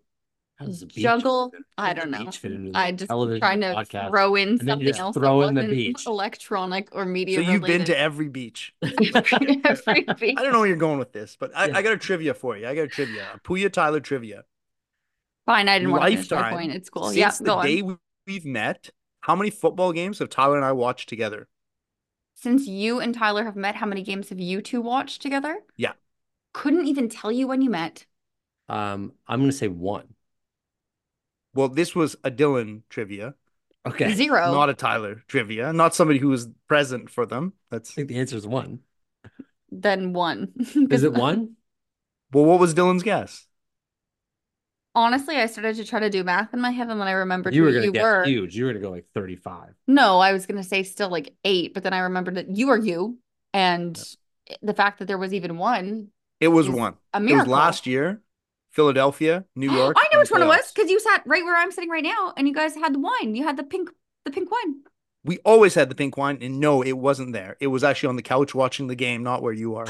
Speaker 1: How does the beach-
Speaker 3: juggle.
Speaker 1: how
Speaker 3: I
Speaker 1: does
Speaker 3: don't
Speaker 1: the
Speaker 3: know.
Speaker 1: beach fit into the
Speaker 3: I just
Speaker 1: television
Speaker 3: trying to
Speaker 1: podcast?
Speaker 3: throw in
Speaker 1: then you
Speaker 3: something
Speaker 1: just
Speaker 3: else. that
Speaker 1: throw in the
Speaker 3: wasn't
Speaker 1: beach.
Speaker 3: Electronic or media.
Speaker 2: So you've been to
Speaker 3: related.
Speaker 2: every beach.
Speaker 3: Every beach.
Speaker 2: I don't know where you're going with this, but I,
Speaker 1: Yeah.
Speaker 2: I got a trivia for you. I got a trivia. A Puya Tyler trivia.
Speaker 3: Fine, I didn't want to finish my
Speaker 2: Lifetime
Speaker 3: point. It's cool.
Speaker 2: Since
Speaker 3: Yeah,
Speaker 2: the
Speaker 3: go
Speaker 2: day
Speaker 3: on.
Speaker 2: we- we've met, how many football games have Tyler and I watched together?
Speaker 3: Since you and Tyler have met, how many games have you two watched together?
Speaker 2: Yeah.
Speaker 3: Couldn't even tell you when you met.
Speaker 1: Um, I'm gonna say one.
Speaker 2: Well, this was a Dylan trivia,
Speaker 1: Okay, I
Speaker 3: Zero.
Speaker 2: not a Tyler trivia, not somebody who was present for them. That's
Speaker 1: think the answer is one.
Speaker 3: then one.
Speaker 1: Is it one?
Speaker 2: well, what was Dylan's guess?
Speaker 3: Honestly, I started to try to do math in my head, and then I remembered
Speaker 1: You
Speaker 3: who
Speaker 1: were gonna
Speaker 3: you
Speaker 1: get
Speaker 3: were.
Speaker 1: huge. You were gonna go like 35.
Speaker 3: No, I was gonna say still like eight, but then I remembered that you are you, and the fact that there was even one
Speaker 2: It was
Speaker 3: Is
Speaker 2: one.
Speaker 3: a
Speaker 2: It was
Speaker 3: miracle.
Speaker 2: last year, Philadelphia, New York.
Speaker 3: I
Speaker 2: in
Speaker 3: know
Speaker 2: the
Speaker 3: which one
Speaker 1: uh,
Speaker 3: it was
Speaker 2: playoffs.
Speaker 3: because you sat right where I'm sitting right now, and you guys had the wine. You had the pink, the pink wine.
Speaker 2: We always had the pink wine, and no, it wasn't there. It was actually on the couch watching the game, not where you are.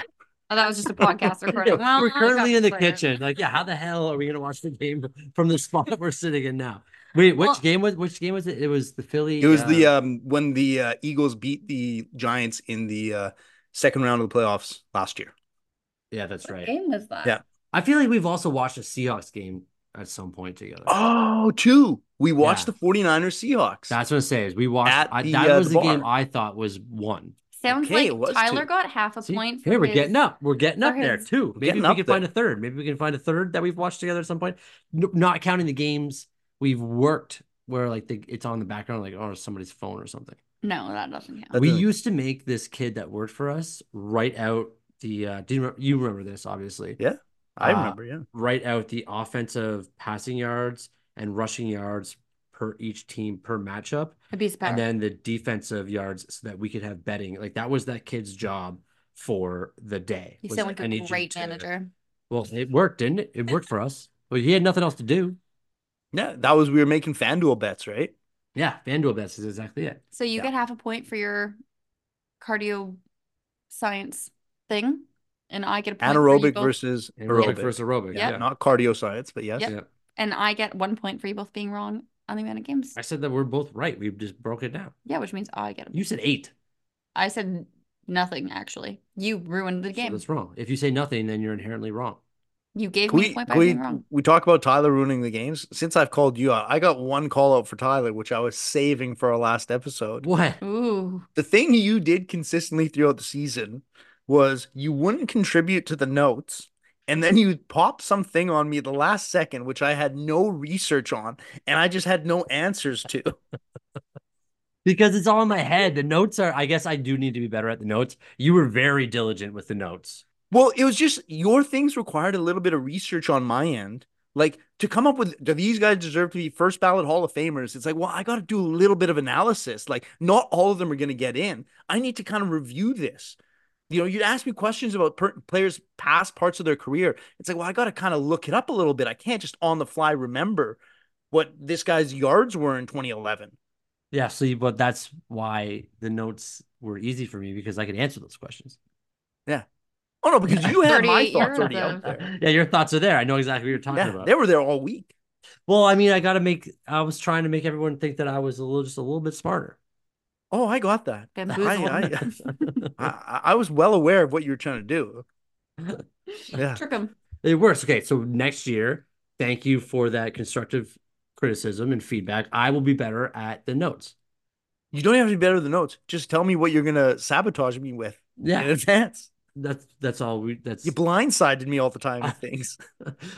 Speaker 3: Oh, that was just a podcast recording. Well,
Speaker 1: we're
Speaker 3: I got
Speaker 1: currently in the
Speaker 3: declared.
Speaker 1: kitchen. Like, yeah, how the hell are we gonna watch the game from the spot we're sitting in now? Wait, which
Speaker 3: Well-
Speaker 1: game was which game was it? It was the Philly.
Speaker 2: It was the um when the uh, Eagles beat the Giants in the uh, second round of the playoffs last year.
Speaker 1: yeah, that's
Speaker 3: What
Speaker 1: right.
Speaker 3: game was that?
Speaker 2: Yeah.
Speaker 1: I feel like we've also watched a Seahawks game at some point together.
Speaker 2: Oh, two. We watched
Speaker 1: Yeah.
Speaker 2: the 49ers Seahawks.
Speaker 1: That's what I'm saying. Is we watched.
Speaker 2: At
Speaker 1: I,
Speaker 2: the,
Speaker 1: that
Speaker 2: uh,
Speaker 1: was
Speaker 2: the
Speaker 1: the game
Speaker 2: bar.
Speaker 1: I thought was one.
Speaker 3: Sounds
Speaker 2: Okay, it
Speaker 3: like
Speaker 2: was
Speaker 3: Tyler
Speaker 2: two.
Speaker 3: got half a
Speaker 1: See,
Speaker 3: point for
Speaker 1: here we're
Speaker 3: his-
Speaker 1: getting up. We're getting
Speaker 3: for
Speaker 1: up there
Speaker 3: his.
Speaker 1: too. Maybe
Speaker 2: Getting
Speaker 1: we
Speaker 2: up
Speaker 1: can
Speaker 2: there.
Speaker 1: find a third. Maybe we can find a third that we've watched together at some point. N- not counting the games we've worked where like the, it's on the background, like on somebody's phone or something.
Speaker 3: No, that doesn't count.
Speaker 2: That
Speaker 1: we
Speaker 2: doesn't-
Speaker 1: used to make this kid that worked for us write out the. Uh, do you remember, you remember this? Obviously,
Speaker 2: Yeah. I
Speaker 1: Uh,
Speaker 2: remember, yeah.
Speaker 1: write out the offensive passing yards and rushing yards per each team per matchup
Speaker 3: A piece of power.
Speaker 1: and then the defensive yards so that we could have betting. Like that was that kid's job for the day.
Speaker 3: you
Speaker 1: was,
Speaker 3: sound like
Speaker 1: "I need
Speaker 3: a
Speaker 1: you
Speaker 3: great
Speaker 1: to-"
Speaker 3: manager.
Speaker 1: Well, it worked, didn't it? It worked for us. Well, he had nothing else to do.
Speaker 2: Yeah, that was we were making FanDuel bets, right?
Speaker 1: Yeah, FanDuel bets is exactly it.
Speaker 3: So you
Speaker 1: Yeah.
Speaker 3: get half a point for your cardio science thing, and I get a point for you
Speaker 2: Anaerobic
Speaker 3: both-
Speaker 2: versus
Speaker 1: Aerobic
Speaker 2: aerobic.
Speaker 1: versus aerobic.
Speaker 3: Yep.
Speaker 1: Yeah.
Speaker 2: Not cardio science, but yes.
Speaker 3: Yep.
Speaker 1: yeah.
Speaker 3: and I get one point for you both being wrong on the amount of games.
Speaker 1: I said that we're both right. We just broke it down.
Speaker 3: Yeah, which means I get. A-
Speaker 1: You said eight.
Speaker 3: I said nothing actually. You ruined the
Speaker 1: so
Speaker 3: game.
Speaker 1: that's wrong. If you say nothing, then you're inherently wrong.
Speaker 3: You gave
Speaker 2: Can
Speaker 3: me a
Speaker 2: we,
Speaker 3: point by
Speaker 2: can
Speaker 3: being
Speaker 2: we,
Speaker 3: wrong.
Speaker 2: we talk about Tyler ruining the games. Since I've called you out, I got one call out for Tyler, which I was saving for our last episode.
Speaker 1: What?
Speaker 3: Ooh,
Speaker 2: The thing you did consistently throughout the season was you wouldn't contribute to the notes, and then you popped something on me at the last second, which I had no research on, and I just had no answers to.
Speaker 1: Because it's all in my head. The notes are, I guess I do need to be better at the notes. You were very diligent with the notes.
Speaker 2: Well, it was just your things required a little bit of research on my end. Like to come up with do these guys deserve to be first ballot Hall of Famers? It's like, well, I got to do a little bit of analysis. Like, not all of them are going to get in. I need to kind of review this. You know, you'd ask me questions about per- players' past parts of their career. It's like, well, I got to kind of look it up a little bit. I can't just on the fly remember what this guy's yards were in 2011.
Speaker 1: Yeah, see, but that's why the notes were easy for me because I could answer those questions.
Speaker 2: Oh no, because you had my
Speaker 3: 38
Speaker 2: thoughts
Speaker 3: yards
Speaker 2: already out
Speaker 3: of-
Speaker 2: there.
Speaker 1: Yeah, your thoughts are there. I know exactly what you're talking
Speaker 2: Yeah,
Speaker 1: about.
Speaker 2: they were there all week.
Speaker 1: Well, I mean, I got to make, I was trying to make everyone think that I was a little, just a little bit smarter.
Speaker 2: Oh, I got that.
Speaker 3: bamboozled.
Speaker 2: I- I, I- I was well aware of what you were trying to do. Yeah.
Speaker 3: Trick him.
Speaker 1: It works. Okay, so next year, thank you for that constructive criticism and feedback. I will be better at the notes.
Speaker 2: You don't have to be better than notes. Just tell me what you're gonna sabotage me with in
Speaker 1: Yeah,
Speaker 2: advance.
Speaker 1: that's that's all we that's
Speaker 2: You blindsided me all the time with things.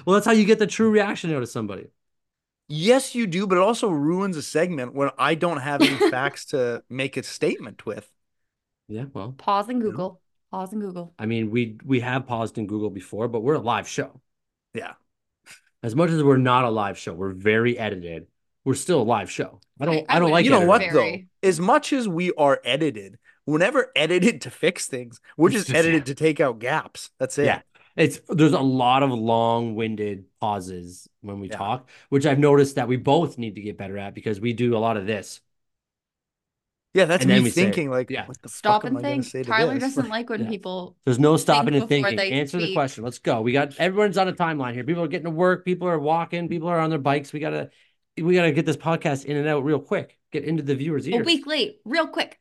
Speaker 1: well, that's how you get the true reaction out of somebody.
Speaker 2: Yes, you do, but it also ruins a segment when I don't have any facts to make a statement with.
Speaker 1: Yeah, well,
Speaker 3: Pause and Google. Pause and Google.
Speaker 1: I mean, we we have paused in Google before, but we're a live show.
Speaker 2: Yeah.
Speaker 1: As much as we're not a live show, we're very edited. We're still a live show. I don't.
Speaker 3: I-
Speaker 1: I,
Speaker 3: I
Speaker 1: don't
Speaker 3: would-
Speaker 1: like.
Speaker 2: you know
Speaker 1: editing.
Speaker 2: what
Speaker 3: Very.
Speaker 2: though? As much as we are edited, we're never edited to fix things. We're
Speaker 1: It's
Speaker 2: just
Speaker 1: just-
Speaker 2: edited to take out gaps. That's it.
Speaker 1: Yeah. It's there's a lot of long-winded pauses when we
Speaker 2: Yeah.
Speaker 1: talk, which I've noticed that we both need to get better at because we do a lot of this.
Speaker 2: Yeah, that's
Speaker 1: And then
Speaker 2: me
Speaker 1: we say it.
Speaker 2: thinking like,
Speaker 1: Yeah.
Speaker 2: what the
Speaker 3: Stop
Speaker 2: fuck am
Speaker 3: and
Speaker 2: I gonna say
Speaker 3: think.
Speaker 2: to
Speaker 3: Tyler
Speaker 2: this?
Speaker 3: doesn't like when
Speaker 1: Yeah.
Speaker 3: people.
Speaker 1: There's no stopping
Speaker 3: Think
Speaker 1: and
Speaker 3: before
Speaker 1: thinking.
Speaker 3: they
Speaker 1: Answer the
Speaker 3: speak.
Speaker 1: question. Let's go. We got everyone's on a timeline here. People are getting to work. People are walking. People are on their bikes. We gotta we gotta get this podcast in and out real quick. Get into the viewers'
Speaker 3: A
Speaker 1: ears.
Speaker 3: week late, real quick.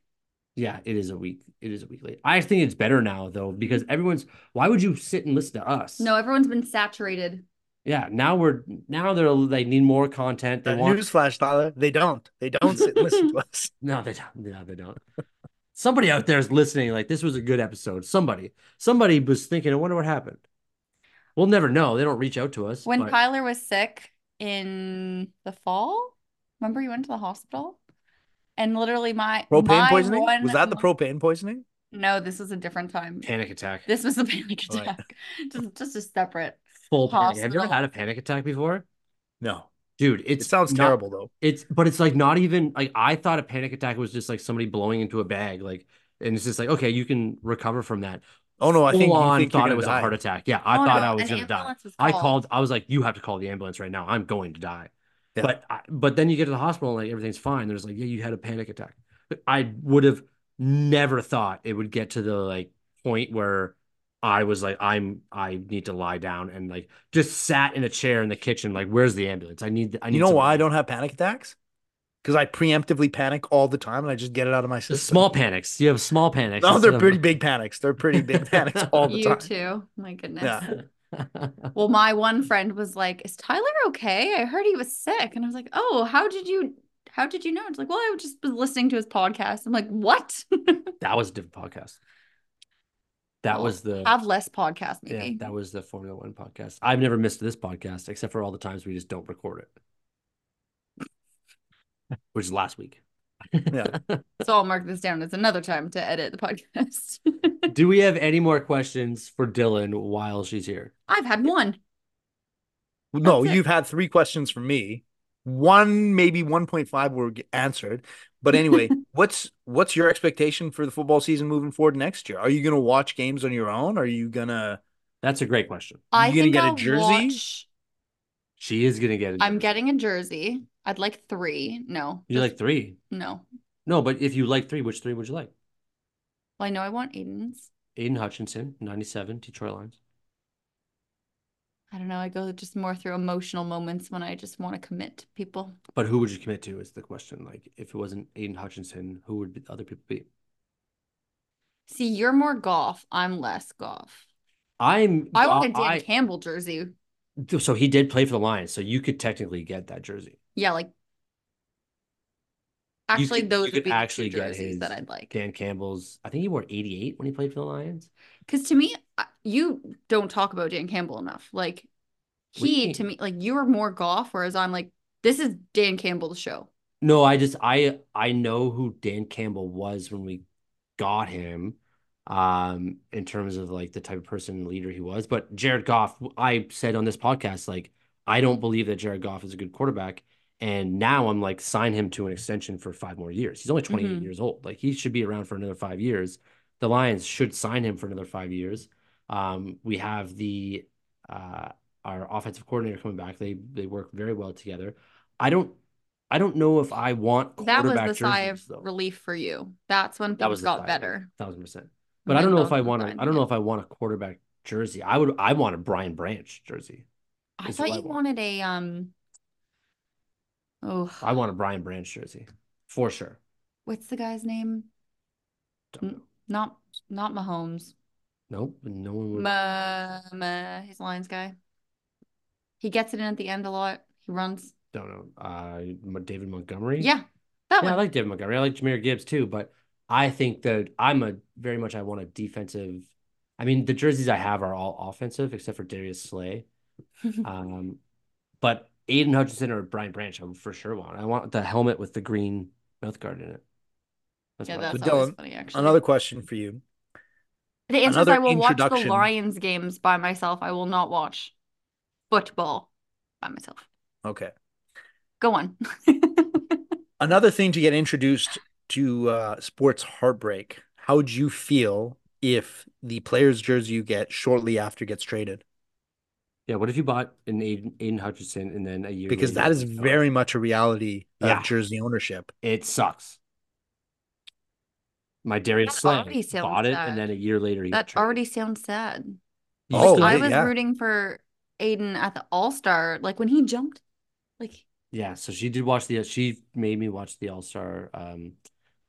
Speaker 1: Yeah, it is a week. It is a week late. I think it's better now though because everyone's. Why would you sit and listen to us?
Speaker 3: No, everyone's been saturated.
Speaker 1: Yeah. Now we're now they're they need more content. They
Speaker 2: Uh,
Speaker 1: want
Speaker 2: Newsflash, Tyler. They don't. They don't sit and listen to us.
Speaker 1: no. They don't. No, they don't. Somebody out there is listening. Like this was a good episode. Somebody, somebody was thinking. I wonder what happened. We'll never know. They don't reach out to us.
Speaker 3: When
Speaker 1: but-
Speaker 3: Tyler was sick in the fall, remember you went to the hospital, and literally my
Speaker 2: Propane
Speaker 3: my
Speaker 2: poisoning?
Speaker 3: one-
Speaker 2: was that the propane poisoning?
Speaker 3: No, this was a different time.
Speaker 1: panic attack.
Speaker 3: This was the panic
Speaker 2: Right.
Speaker 3: attack. just just a separate.
Speaker 1: full panic. Have you ever
Speaker 3: Hospital.
Speaker 1: had a panic attack before?
Speaker 2: No.
Speaker 1: Dude,
Speaker 2: It
Speaker 1: it's
Speaker 2: sounds
Speaker 1: not-
Speaker 2: terrible though.
Speaker 1: It's but it's like not even like I thought a panic attack was just like somebody blowing into a bag, like and it's just like okay, you can recover from that.
Speaker 2: Oh no, I think,
Speaker 1: Full
Speaker 2: you
Speaker 1: on
Speaker 2: think you're
Speaker 1: thought it
Speaker 2: gonna
Speaker 1: was
Speaker 2: die.
Speaker 1: a heart attack. Yeah, I
Speaker 3: Oh,
Speaker 1: thought
Speaker 3: no,
Speaker 1: I was
Speaker 3: an
Speaker 1: gonna die.
Speaker 3: ambulance was
Speaker 1: I
Speaker 3: called.
Speaker 1: called. I was like, you have to call the ambulance right now. I'm going to die.
Speaker 2: Yeah.
Speaker 1: But I, but then you get to the hospital and like everything's fine. There's like yeah, you had a panic attack. But I would have never thought it would get to the like point where I was like I'm I need to lie down and like just sat in a chair in the kitchen like where's the ambulance? I need I need
Speaker 2: You know why I
Speaker 1: somebody.
Speaker 2: don't have panic attacks? Because I preemptively panic all the time and I just get it out of my
Speaker 1: The
Speaker 2: system.
Speaker 1: small panics. You have small panics.
Speaker 2: No,
Speaker 1: instead
Speaker 2: they're
Speaker 1: of-
Speaker 2: pretty big panics. They're pretty big panics all the
Speaker 3: you
Speaker 2: time.
Speaker 3: too. My goodness.
Speaker 2: Yeah.
Speaker 3: Well, my one friend was like, "Is Tyler okay? I heard he was sick." And I was like, "Oh, how did you how did you know? It's like, well, I was just was listening to his podcast. I'm like, what?
Speaker 1: That was a different podcast. That
Speaker 3: Well,
Speaker 1: was the
Speaker 3: Have less podcast,
Speaker 1: yeah,
Speaker 3: maybe.
Speaker 1: that was the Formula One podcast. I've never missed this podcast except for all the times we just don't record it, which is last week.
Speaker 2: Yeah.
Speaker 3: so I'll mark this down as another time to edit the podcast.
Speaker 1: Do we have any more questions for Dylan while she's here?
Speaker 3: I've had one.
Speaker 2: No,
Speaker 3: That's it.
Speaker 2: you've had three questions from me. One, maybe 1.5 were g- answered. But anyway, what's what's your expectation for the football season moving forward next year? Are you gonna watch games on your own? Are you gonna
Speaker 1: That's a great question.
Speaker 3: I
Speaker 2: gonna
Speaker 3: think
Speaker 2: get a
Speaker 3: I'll
Speaker 2: jersey?
Speaker 3: watch-
Speaker 1: She is gonna get it.
Speaker 3: I'm getting a jersey. I'd like three. No,
Speaker 1: You like three?
Speaker 3: no.
Speaker 1: No, but if you like three, which three would you like?
Speaker 3: Well, I know I want Aiden's.
Speaker 1: Aiden Hutchinson, 97, Detroit Lions.
Speaker 3: I don't know. I go just more through emotional moments when I just want to commit to people.
Speaker 1: But who would you commit to is the question. Like, if it wasn't Aiden Hutchinson, who would the other people be?
Speaker 3: See, you're more golf. I'm less golf.
Speaker 1: I'm. uh,
Speaker 3: I want a Dan
Speaker 1: I-
Speaker 3: Campbell jersey.
Speaker 1: So he did play for the Lions, so you could technically get that jersey.
Speaker 3: Yeah, like actually,
Speaker 1: could- you
Speaker 3: those
Speaker 1: could
Speaker 3: would be the two
Speaker 1: actually get
Speaker 3: jerseys that
Speaker 1: his
Speaker 3: I'd like.
Speaker 1: Dan Campbell's. I think he wore 88 when he played for the Lions.
Speaker 3: Because to me, I- you don't talk about Dan Campbell enough. Like
Speaker 1: What do you
Speaker 3: he to
Speaker 1: mean?
Speaker 3: me, like you are more golf, whereas I'm like, this is Dan Campbell's show.
Speaker 1: No, I just I I know who Dan Campbell was when we got him, um, in terms of like the type of person and leader he was. But Jared Goff, I said on this podcast, like I don't believe that Jared Goff is a good quarterback. And now I'm like, sign him to an extension for five more years. He's only 28
Speaker 3: Mhm.
Speaker 1: years old. Like he should be around for another five years. The Lions should sign him for another five years. Um, we have the uh our offensive coordinator coming back. They they work very well together. I don't I don't know if I want
Speaker 3: That was
Speaker 1: quarterback
Speaker 3: the sigh of
Speaker 1: jerseys though.
Speaker 3: relief for you. That's when
Speaker 1: That
Speaker 3: things
Speaker 1: was the
Speaker 3: got
Speaker 1: sigh.
Speaker 3: better.
Speaker 1: Thousand percent.
Speaker 3: when
Speaker 1: But I
Speaker 3: they
Speaker 1: don't know if
Speaker 3: both
Speaker 1: I want to.
Speaker 3: resigned
Speaker 1: I don't know
Speaker 3: again.
Speaker 1: if I want a quarterback jersey. I would. I want a Brian Branch jersey.
Speaker 3: I
Speaker 1: is
Speaker 3: thought
Speaker 1: what I
Speaker 3: you
Speaker 1: want.
Speaker 3: wanted a um. Oh,
Speaker 1: I want a Brian Branch jersey for sure.
Speaker 3: what's the guy's name?
Speaker 1: Don't
Speaker 3: Hmm.
Speaker 1: know.
Speaker 3: Not not Mahomes.
Speaker 1: Nope. No one would.
Speaker 3: Ma, ma, his Lions guy. He gets it in at the end a lot. He runs.
Speaker 1: Don't know. Uh, Mo- David Montgomery.
Speaker 3: Yeah, that
Speaker 1: Yeah, I
Speaker 3: one.
Speaker 1: like David Montgomery. I like Jameer Gibbs too, but I think that I'm a very much I want a defensive. I mean, the jerseys I have are all offensive except for Darius Slay. Um, but Aiden Hutchinson or Brian Branch, I'm for sure want. I want the helmet with the green mouthguard in it. That's
Speaker 3: yeah,
Speaker 1: what I
Speaker 3: that's
Speaker 1: want.
Speaker 2: But
Speaker 3: always
Speaker 2: Dylan,
Speaker 3: funny. Actually,
Speaker 2: another question for you?
Speaker 3: The answer is I
Speaker 2: another
Speaker 3: will watch the
Speaker 2: introduction.
Speaker 3: Lions games by myself. I will not watch football by myself.
Speaker 2: Okay.
Speaker 3: Go on.
Speaker 2: Another thing to get introduced to uh, sports heartbreak. How would you feel if the player's jersey you get shortly after gets traded?
Speaker 1: Yeah, what if you bought an Aiden, Aiden Hutchinson and then a year
Speaker 2: Because
Speaker 1: later
Speaker 2: that is
Speaker 1: you sell it?
Speaker 2: very much a reality of
Speaker 1: Yeah.
Speaker 2: jersey ownership.
Speaker 1: it sucks. My Darius
Speaker 3: That
Speaker 1: Slay
Speaker 3: already sounds
Speaker 1: bought it
Speaker 3: sad.
Speaker 1: and then a year later he got
Speaker 3: that
Speaker 1: traded.
Speaker 3: already sounds sad.
Speaker 1: You
Speaker 2: Oh,
Speaker 1: still
Speaker 3: I
Speaker 2: right,
Speaker 1: did.
Speaker 3: was
Speaker 2: yeah.
Speaker 3: rooting for Aiden at the All Star, like when he jumped, like
Speaker 1: Yeah, so she did watch the she made me watch the All-Star um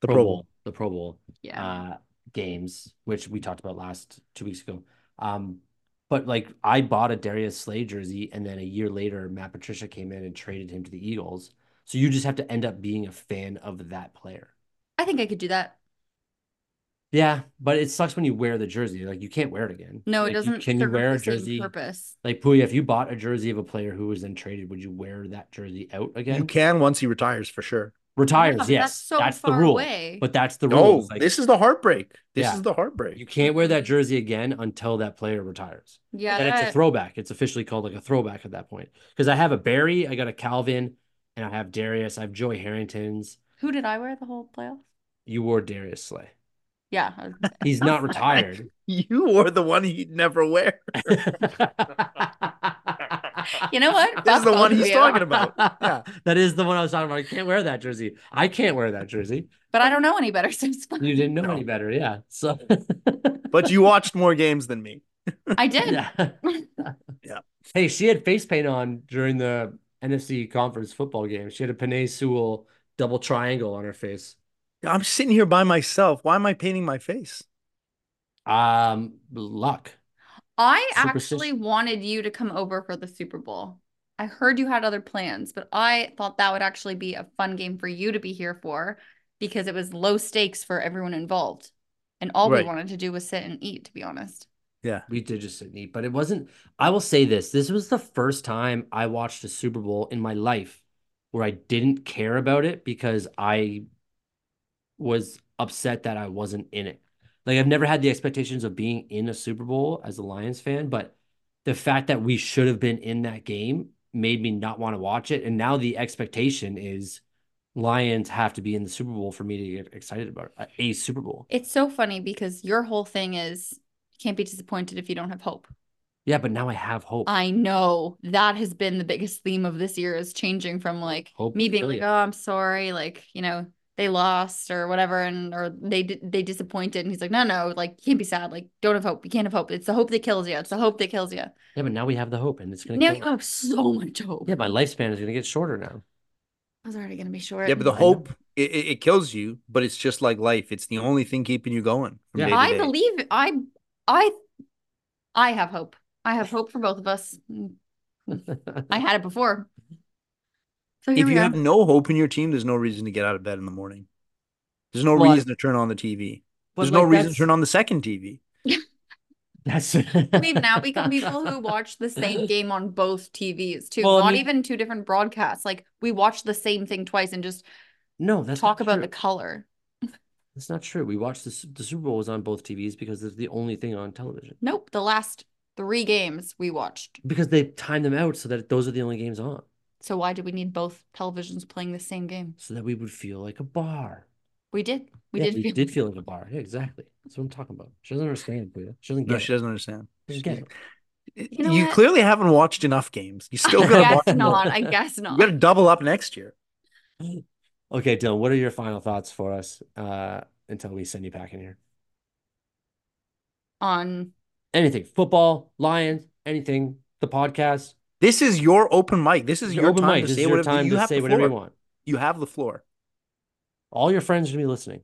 Speaker 2: The Pro Bowl.
Speaker 1: the Pro Bowl
Speaker 3: yeah.
Speaker 1: uh games, which we talked about last two weeks ago. Um but like I bought a Darius Slay jersey and then a year later Matt Patricia came in and traded him to the Eagles. So you just have to end up being a fan of that player.
Speaker 3: I think I could do that.
Speaker 1: Yeah, but it sucks when you wear the jersey. Like you can't wear it again.
Speaker 3: No,
Speaker 1: Like,
Speaker 3: it
Speaker 1: you-
Speaker 3: doesn't
Speaker 1: Can you
Speaker 3: serve
Speaker 1: wear
Speaker 3: the
Speaker 1: a
Speaker 3: same
Speaker 1: jersey?
Speaker 3: purpose.
Speaker 1: Like Puya, if you bought a jersey of a player who was then traded, would you wear that jersey out
Speaker 2: You
Speaker 1: again?
Speaker 2: can once he retires for sure.
Speaker 1: Retires,
Speaker 3: Yeah, but
Speaker 1: yes.
Speaker 3: that's so
Speaker 1: that's the
Speaker 3: far
Speaker 1: rule.
Speaker 3: away.
Speaker 1: But that's the rule.
Speaker 2: No,
Speaker 1: It's like,
Speaker 2: this is the heartbreak. This
Speaker 1: Yeah.
Speaker 2: is the heartbreak.
Speaker 1: you can't wear that jersey again until that player retires.
Speaker 3: yeah,
Speaker 1: And it's a
Speaker 3: that-
Speaker 1: throwback. It's officially called like a throwback at that point. Because I have a Barry, I got a Calvin, and I have Darius. I have Joey Harrington's.
Speaker 3: who did I wear the whole playoffs?
Speaker 1: You wore Darius Slay.
Speaker 3: Yeah, I was gonna say.
Speaker 1: He's not retired.
Speaker 2: You were the one he'd never wear.
Speaker 3: you know what?
Speaker 2: This is the
Speaker 3: Fuck
Speaker 2: one
Speaker 3: both of
Speaker 2: he's
Speaker 3: you.
Speaker 2: talking about. Yeah.
Speaker 1: That is the one I was talking about. I can't wear that jersey. I can't wear that jersey.
Speaker 3: But I don't know any better, so it's fine.
Speaker 1: You didn't know
Speaker 2: No.
Speaker 1: any better. Yeah. So
Speaker 2: But you watched more games than me.
Speaker 3: I did.
Speaker 1: yeah.
Speaker 2: Yeah.
Speaker 1: Hey, she had face paint on during the NFC conference football game. She had a Panay Sewell double triangle on her face.
Speaker 2: I'm sitting here by myself. Why am I painting my face?
Speaker 1: Um, luck.
Speaker 3: I
Speaker 1: Superstition.
Speaker 3: actually wanted you to come over for the Super Bowl. I heard you had other plans, but I thought that would actually be a fun game for you to be here for because it was low stakes for everyone involved. And all
Speaker 2: Right.
Speaker 3: we wanted to do was sit and eat, to be honest.
Speaker 1: We did just sit and eat, but it wasn't. I will say this: this was the first time I watched a Super Bowl in my life where I didn't care about it because I was upset that I wasn't in it. Like I've never had the expectations of being in a Super Bowl as a Lions fan, but the fact that we should have been in that game made me not want to watch it. And now the expectation is Lions have to be in the Super Bowl for me to get excited about it. a Super Bowl.
Speaker 3: It's so funny because your whole thing is you can't be disappointed if you don't have hope.
Speaker 1: Yeah, but now I have hope.
Speaker 3: I know that has been the biggest theme of this year is changing from like
Speaker 1: Hope
Speaker 3: me being
Speaker 1: kill
Speaker 3: like,
Speaker 1: ya.
Speaker 3: oh, I'm sorry, like, you know, they lost or whatever, and or they di- they disappointed. And he's like, no, no, like, you can't be sad. Like, don't have hope. You can't have hope. It's the hope that kills you. It's the hope that kills you.
Speaker 1: Yeah, but now we have the hope, and it's gonna.
Speaker 3: Now
Speaker 1: kill
Speaker 3: you
Speaker 1: us.
Speaker 3: have so much hope.
Speaker 1: Yeah, my lifespan is gonna get shorter now.
Speaker 3: I was already gonna be short.
Speaker 2: Yeah, but the
Speaker 1: I know.
Speaker 2: hope it, it it kills you, but it's just like life. It's the only thing keeping you going. from
Speaker 1: Yeah.
Speaker 2: day to
Speaker 3: I
Speaker 2: day.
Speaker 3: believe I I I have hope. I have hope for both of us. I had it before. So here
Speaker 2: If
Speaker 3: we
Speaker 2: you
Speaker 3: are.
Speaker 2: have no hope in your team, there's no reason to get out of bed in the morning. There's no
Speaker 1: Well, I-
Speaker 2: reason to turn on the TV.
Speaker 1: But,
Speaker 2: there's no
Speaker 1: like,
Speaker 2: reason
Speaker 1: that's-
Speaker 2: to turn on the second TV.
Speaker 1: That's
Speaker 3: We've now become people who watch the same game on both TVs too.
Speaker 1: Well, I
Speaker 3: Not
Speaker 1: mean-
Speaker 3: even two different broadcasts. Like we watch the same thing twice and just
Speaker 1: no. That's
Speaker 3: talk about the
Speaker 1: the.
Speaker 3: color.
Speaker 1: That's not true. We watched the Su- the Super Bowl was on both TVs because it's the only thing on television.
Speaker 3: Nope. The last three games we watched.
Speaker 1: Because they timed them out so that those are the only games on,
Speaker 3: So why did we need both televisions playing the same game?
Speaker 1: so that we would feel like a bar.
Speaker 3: We did. We
Speaker 1: Yeah,
Speaker 3: did.
Speaker 1: we
Speaker 3: feel-
Speaker 1: did feel like a bar. Yeah, exactly. That's what I'm talking about. She doesn't understand, Cleo. She doesn't get.
Speaker 2: No,
Speaker 1: it.
Speaker 2: she doesn't understand.
Speaker 1: She doesn't get it.
Speaker 3: You know what?
Speaker 2: clearly haven't watched enough games. You still
Speaker 3: I
Speaker 2: gotta
Speaker 3: guess
Speaker 2: watch. more.
Speaker 3: not. I guess
Speaker 2: You
Speaker 3: not.
Speaker 2: gotta double up next year.
Speaker 1: Okay, Dylan. What are your final thoughts for us uh, until we send you back in here?
Speaker 3: On
Speaker 1: Anything? Football, Lions, anything? The podcast.
Speaker 2: This is your open mic. This is
Speaker 1: It's
Speaker 2: your,
Speaker 1: open
Speaker 2: time
Speaker 1: mic.
Speaker 2: to
Speaker 1: This
Speaker 2: say
Speaker 1: is your
Speaker 2: whatever
Speaker 1: time
Speaker 2: you
Speaker 1: to
Speaker 2: have
Speaker 1: say
Speaker 2: the
Speaker 1: whatever you
Speaker 2: floor.
Speaker 1: want.
Speaker 2: You have the floor.
Speaker 1: All your friends are gonna be listening.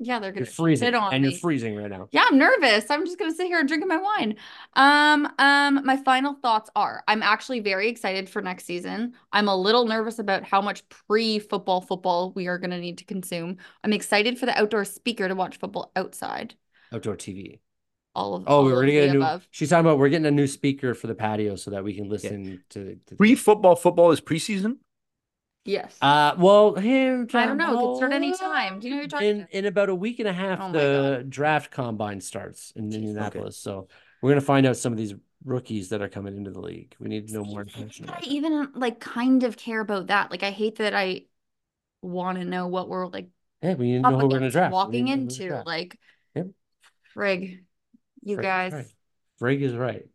Speaker 3: yeah, they're
Speaker 1: You're
Speaker 3: gonna
Speaker 1: freezing,
Speaker 3: shit on
Speaker 1: and you're
Speaker 3: me.
Speaker 1: freezing right now.
Speaker 3: Yeah, I'm nervous. I'm just gonna sit here drinking my wine. Um, um, my final thoughts are I'm actually very excited for next season. I'm a little nervous about how much pre-football football we are gonna need to consume. I'm excited for the outdoor speaker to watch football outside.
Speaker 1: Outdoor TV.
Speaker 3: All of
Speaker 1: Oh,
Speaker 3: all
Speaker 1: we're
Speaker 3: of
Speaker 1: gonna get
Speaker 3: the
Speaker 1: a new.
Speaker 3: above.
Speaker 1: She's talking about we're getting a new speaker for the patio so that we can listen to. to
Speaker 2: Pre football football is preseason.
Speaker 3: Yes.
Speaker 1: Uh, well, here
Speaker 3: I don't know. It could start any time. Do you know what you're talking
Speaker 1: in
Speaker 3: about?
Speaker 1: in about a week and a half,
Speaker 3: Oh my
Speaker 1: the draft combine starts in Indianapolis. So we're gonna find out some of these rookies that are coming into the league. We need to know more
Speaker 3: See, I think
Speaker 1: information.
Speaker 3: that
Speaker 1: about
Speaker 3: I
Speaker 1: it.
Speaker 3: even like kind of care about that. Like I hate that I want to know what we're like
Speaker 1: Yeah, we need to
Speaker 3: up
Speaker 1: know who we're gonna
Speaker 3: against
Speaker 1: draft. We
Speaker 3: walking
Speaker 1: need to know who to
Speaker 3: into
Speaker 1: draft.
Speaker 3: like
Speaker 1: Yep.
Speaker 3: frig you
Speaker 1: Frig is
Speaker 3: guys
Speaker 1: right. Frig is right.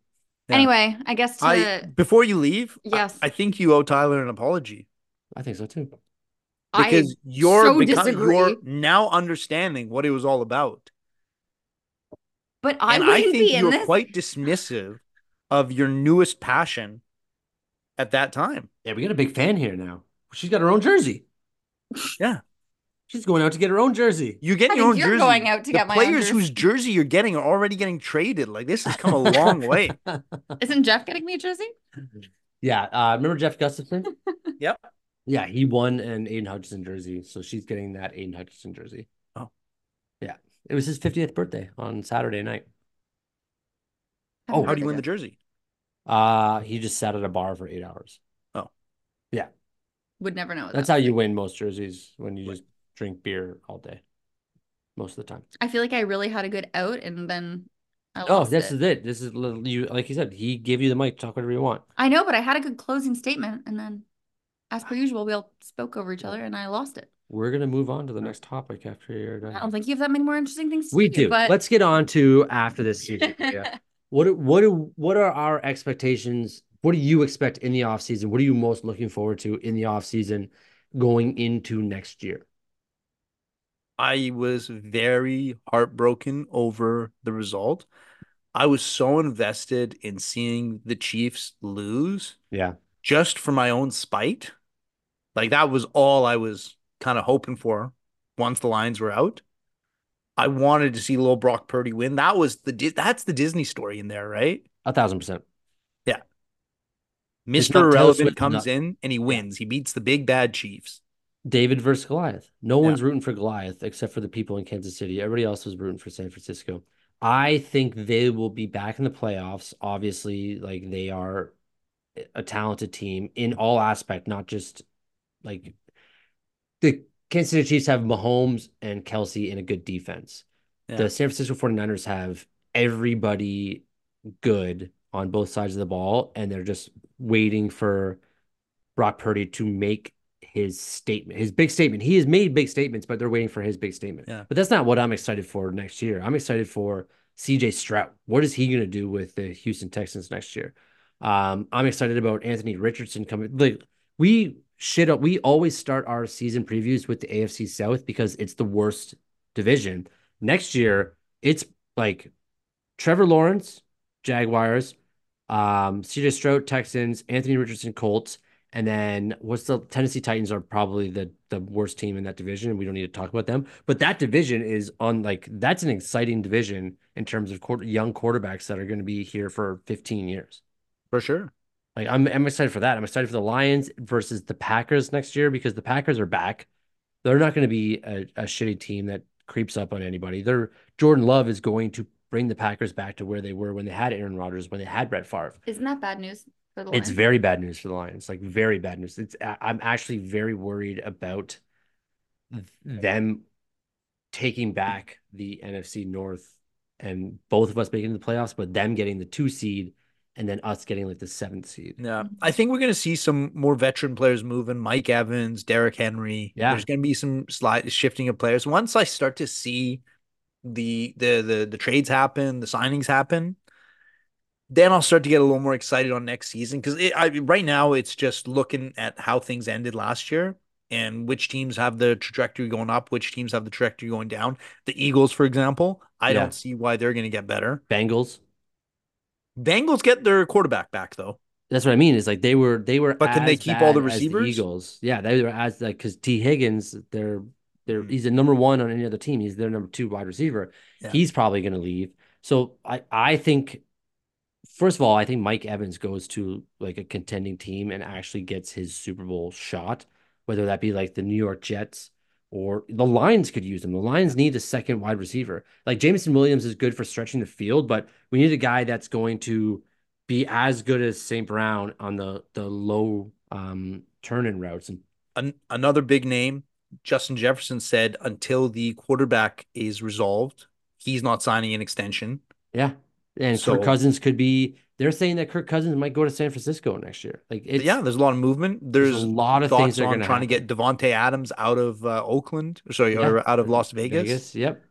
Speaker 2: Yeah.
Speaker 3: anyway i guess to
Speaker 2: I before you leave, I-
Speaker 3: Yes.
Speaker 2: I, think you owe Tyler an apology
Speaker 1: I think so too.
Speaker 3: I,
Speaker 2: because you're
Speaker 3: so
Speaker 2: become-
Speaker 3: disagree.
Speaker 2: you're now understanding what it was all about.
Speaker 3: but i
Speaker 2: and
Speaker 3: wouldn't
Speaker 2: I think
Speaker 3: be in
Speaker 2: you're
Speaker 3: this
Speaker 2: quite dismissive of your newest passion at that time.
Speaker 1: Yeah, we got a big fan here now. She's got her own jersey.
Speaker 2: Yeah.
Speaker 1: She's going out to get her own jersey.
Speaker 2: You
Speaker 3: I
Speaker 2: get your
Speaker 3: think
Speaker 2: own
Speaker 3: you're
Speaker 2: jersey.
Speaker 3: going out to
Speaker 2: the
Speaker 3: get my own
Speaker 2: players whose jersey you're getting are already getting traded. Like this has come a long way.
Speaker 3: isn't jeff getting me a jersey
Speaker 1: Yeah, uh, remember Jeff Gustafson?
Speaker 2: Yep.
Speaker 1: Yeah, he won an Aiden Hutchinson jersey, so she's getting that Aiden Hutchinson jersey.
Speaker 2: Oh.
Speaker 1: yeah, it was his fiftieth birthday on Saturday night. Oh,
Speaker 2: How do you win the jersey?
Speaker 1: Uh he just sat at a bar for eight hours.
Speaker 3: would never know
Speaker 1: That's
Speaker 3: that.
Speaker 1: how you win most jerseys when you just drink beer all day, most of the time.
Speaker 3: i feel like i really had a good out and then I
Speaker 1: Oh,
Speaker 3: lost
Speaker 1: this
Speaker 3: it.
Speaker 1: is it. This is little, you, like you said, he gave you the mic, talk whatever you want.
Speaker 3: i know but i had a good closing statement and then as per usual we all spoke over each other and i lost it
Speaker 1: We're gonna move on to the next topic after you're
Speaker 3: i
Speaker 1: done.
Speaker 3: don't think you have that many more interesting things to
Speaker 1: We
Speaker 3: do
Speaker 1: do.
Speaker 3: but
Speaker 1: Let's get on to after this season. Yeah. What do- what do, what are our expectations? What do you expect in the offseason? What are you most looking forward to in the offseason going into next year?
Speaker 2: I was very heartbroken over the result. I was so invested in seeing the Chiefs lose
Speaker 1: Yeah.
Speaker 2: just for my own spite. Like that was all I was kind of hoping for once the lines were out. I wanted to see little Brock Purdy win. That was the Di- that's the Disney story in there, right?
Speaker 1: A thousand percent. It's not
Speaker 2: Mr.
Speaker 1: Taylor
Speaker 2: Irrelevant
Speaker 1: Swift
Speaker 2: comes
Speaker 1: enough.
Speaker 2: in and he wins. He beats the big bad Chiefs.
Speaker 1: David versus Goliath. No
Speaker 2: Yeah.
Speaker 1: one's rooting for Goliath except for the people in Kansas City. Everybody else was rooting for San Francisco. I think they will be back in the playoffs. Obviously, like they are a talented team in all aspect, not just like the Kansas City Chiefs have Mahomes and Kelsey in a good defense.
Speaker 2: Yeah.
Speaker 1: The San Francisco 49ers have everybody good on both sides of the ball, and they're just waiting for Brock Purdy to make his statement, his big statement. He has made big statements, but they're waiting for his big statement.
Speaker 2: Yeah.
Speaker 1: But that's not what I'm excited for next year. I'm excited for CJ Stroud. What is he going to do with the Houston Texans next year? Um, I'm excited about Anthony Richardson coming. Like we shit up. We always start our season previews with the AFC South because it's the worst division. Next year, it's like Trevor Lawrence, Jaguars, um, CJ Stroud, Texans, Anthony Richardson, Colts, and then what's the Tennessee Titans are probably the the worst team in that division. and We don't need to talk about them, but that division is on like that's an exciting division in terms of quarter, young quarterbacks that are going to be here for 15 years.
Speaker 2: For sure.
Speaker 1: Like I'm I'm excited for that. I'm excited for the Lions versus the Packers next year because the Packers are back. They're not going to be a, a shitty team that creeps up on anybody. They're Jordan Love is going to bring the Packers back to where they were when they had Aaron Rodgers, when they had Brett Favre.
Speaker 3: Isn't that bad news for the
Speaker 1: It's
Speaker 3: Lions?
Speaker 1: very bad news for the Lions. Like very bad news. It's I- I'm actually very worried about th- them taking back the NFC North and both of us making the playoffs, but them getting the two seed and then us getting like the seventh seed.
Speaker 2: Yeah. I think we're going to see some more veteran players moving. Mike Evans, Derrick Henry.
Speaker 1: Yeah.
Speaker 2: There's going to be some slight shifting of players. Once I start to see the the the the trades happen, the signings happen, then I'll start to get a little more excited on next season because I right now it's just looking at how things ended last year and which teams have the trajectory going up, which teams have the trajectory going down. The Eagles, for example, I
Speaker 1: Yeah.
Speaker 2: don't see why they're going to get better.
Speaker 1: Bengals.
Speaker 2: Bengals get their quarterback back though.
Speaker 1: That's what I mean. Is like they were they were.
Speaker 2: But can they
Speaker 1: as
Speaker 2: keep all the
Speaker 1: bad as
Speaker 2: receivers?
Speaker 1: Eagles. Yeah, they were as like because T Higgins, they're they're
Speaker 2: Hmm.
Speaker 1: he's a number one on any other team. He's their number two wide receiver.
Speaker 2: Yeah.
Speaker 1: He's probably going to leave. So I I think first of all I think Mike Evans goes to like a contending team and actually gets his Super Bowl shot, whether that be like the New York Jets or the Lions could use him. The Lions need a second wide receiver. Like Jameson Williams is good for stretching the field, but we need a guy that's going to be as good as St. Brown on the the low um turn in routes. And
Speaker 2: an, another big name, Justin Jefferson said until the quarterback is resolved, he's not signing an extension.
Speaker 1: yeah. And
Speaker 2: So-
Speaker 1: Kirk Cousins could be they're saying that Kirk Cousins might go to San Francisco next year. Like
Speaker 2: But
Speaker 1: it's
Speaker 2: yeah, there's a lot of movement. There's,
Speaker 1: a lot of
Speaker 2: thoughts
Speaker 1: things are
Speaker 2: on
Speaker 1: gonna
Speaker 2: trying to get Devonte Adams out of uh, Oakland, sorry,
Speaker 1: Yeah.
Speaker 2: or out of Las Vegas.
Speaker 1: Vegas. Yep.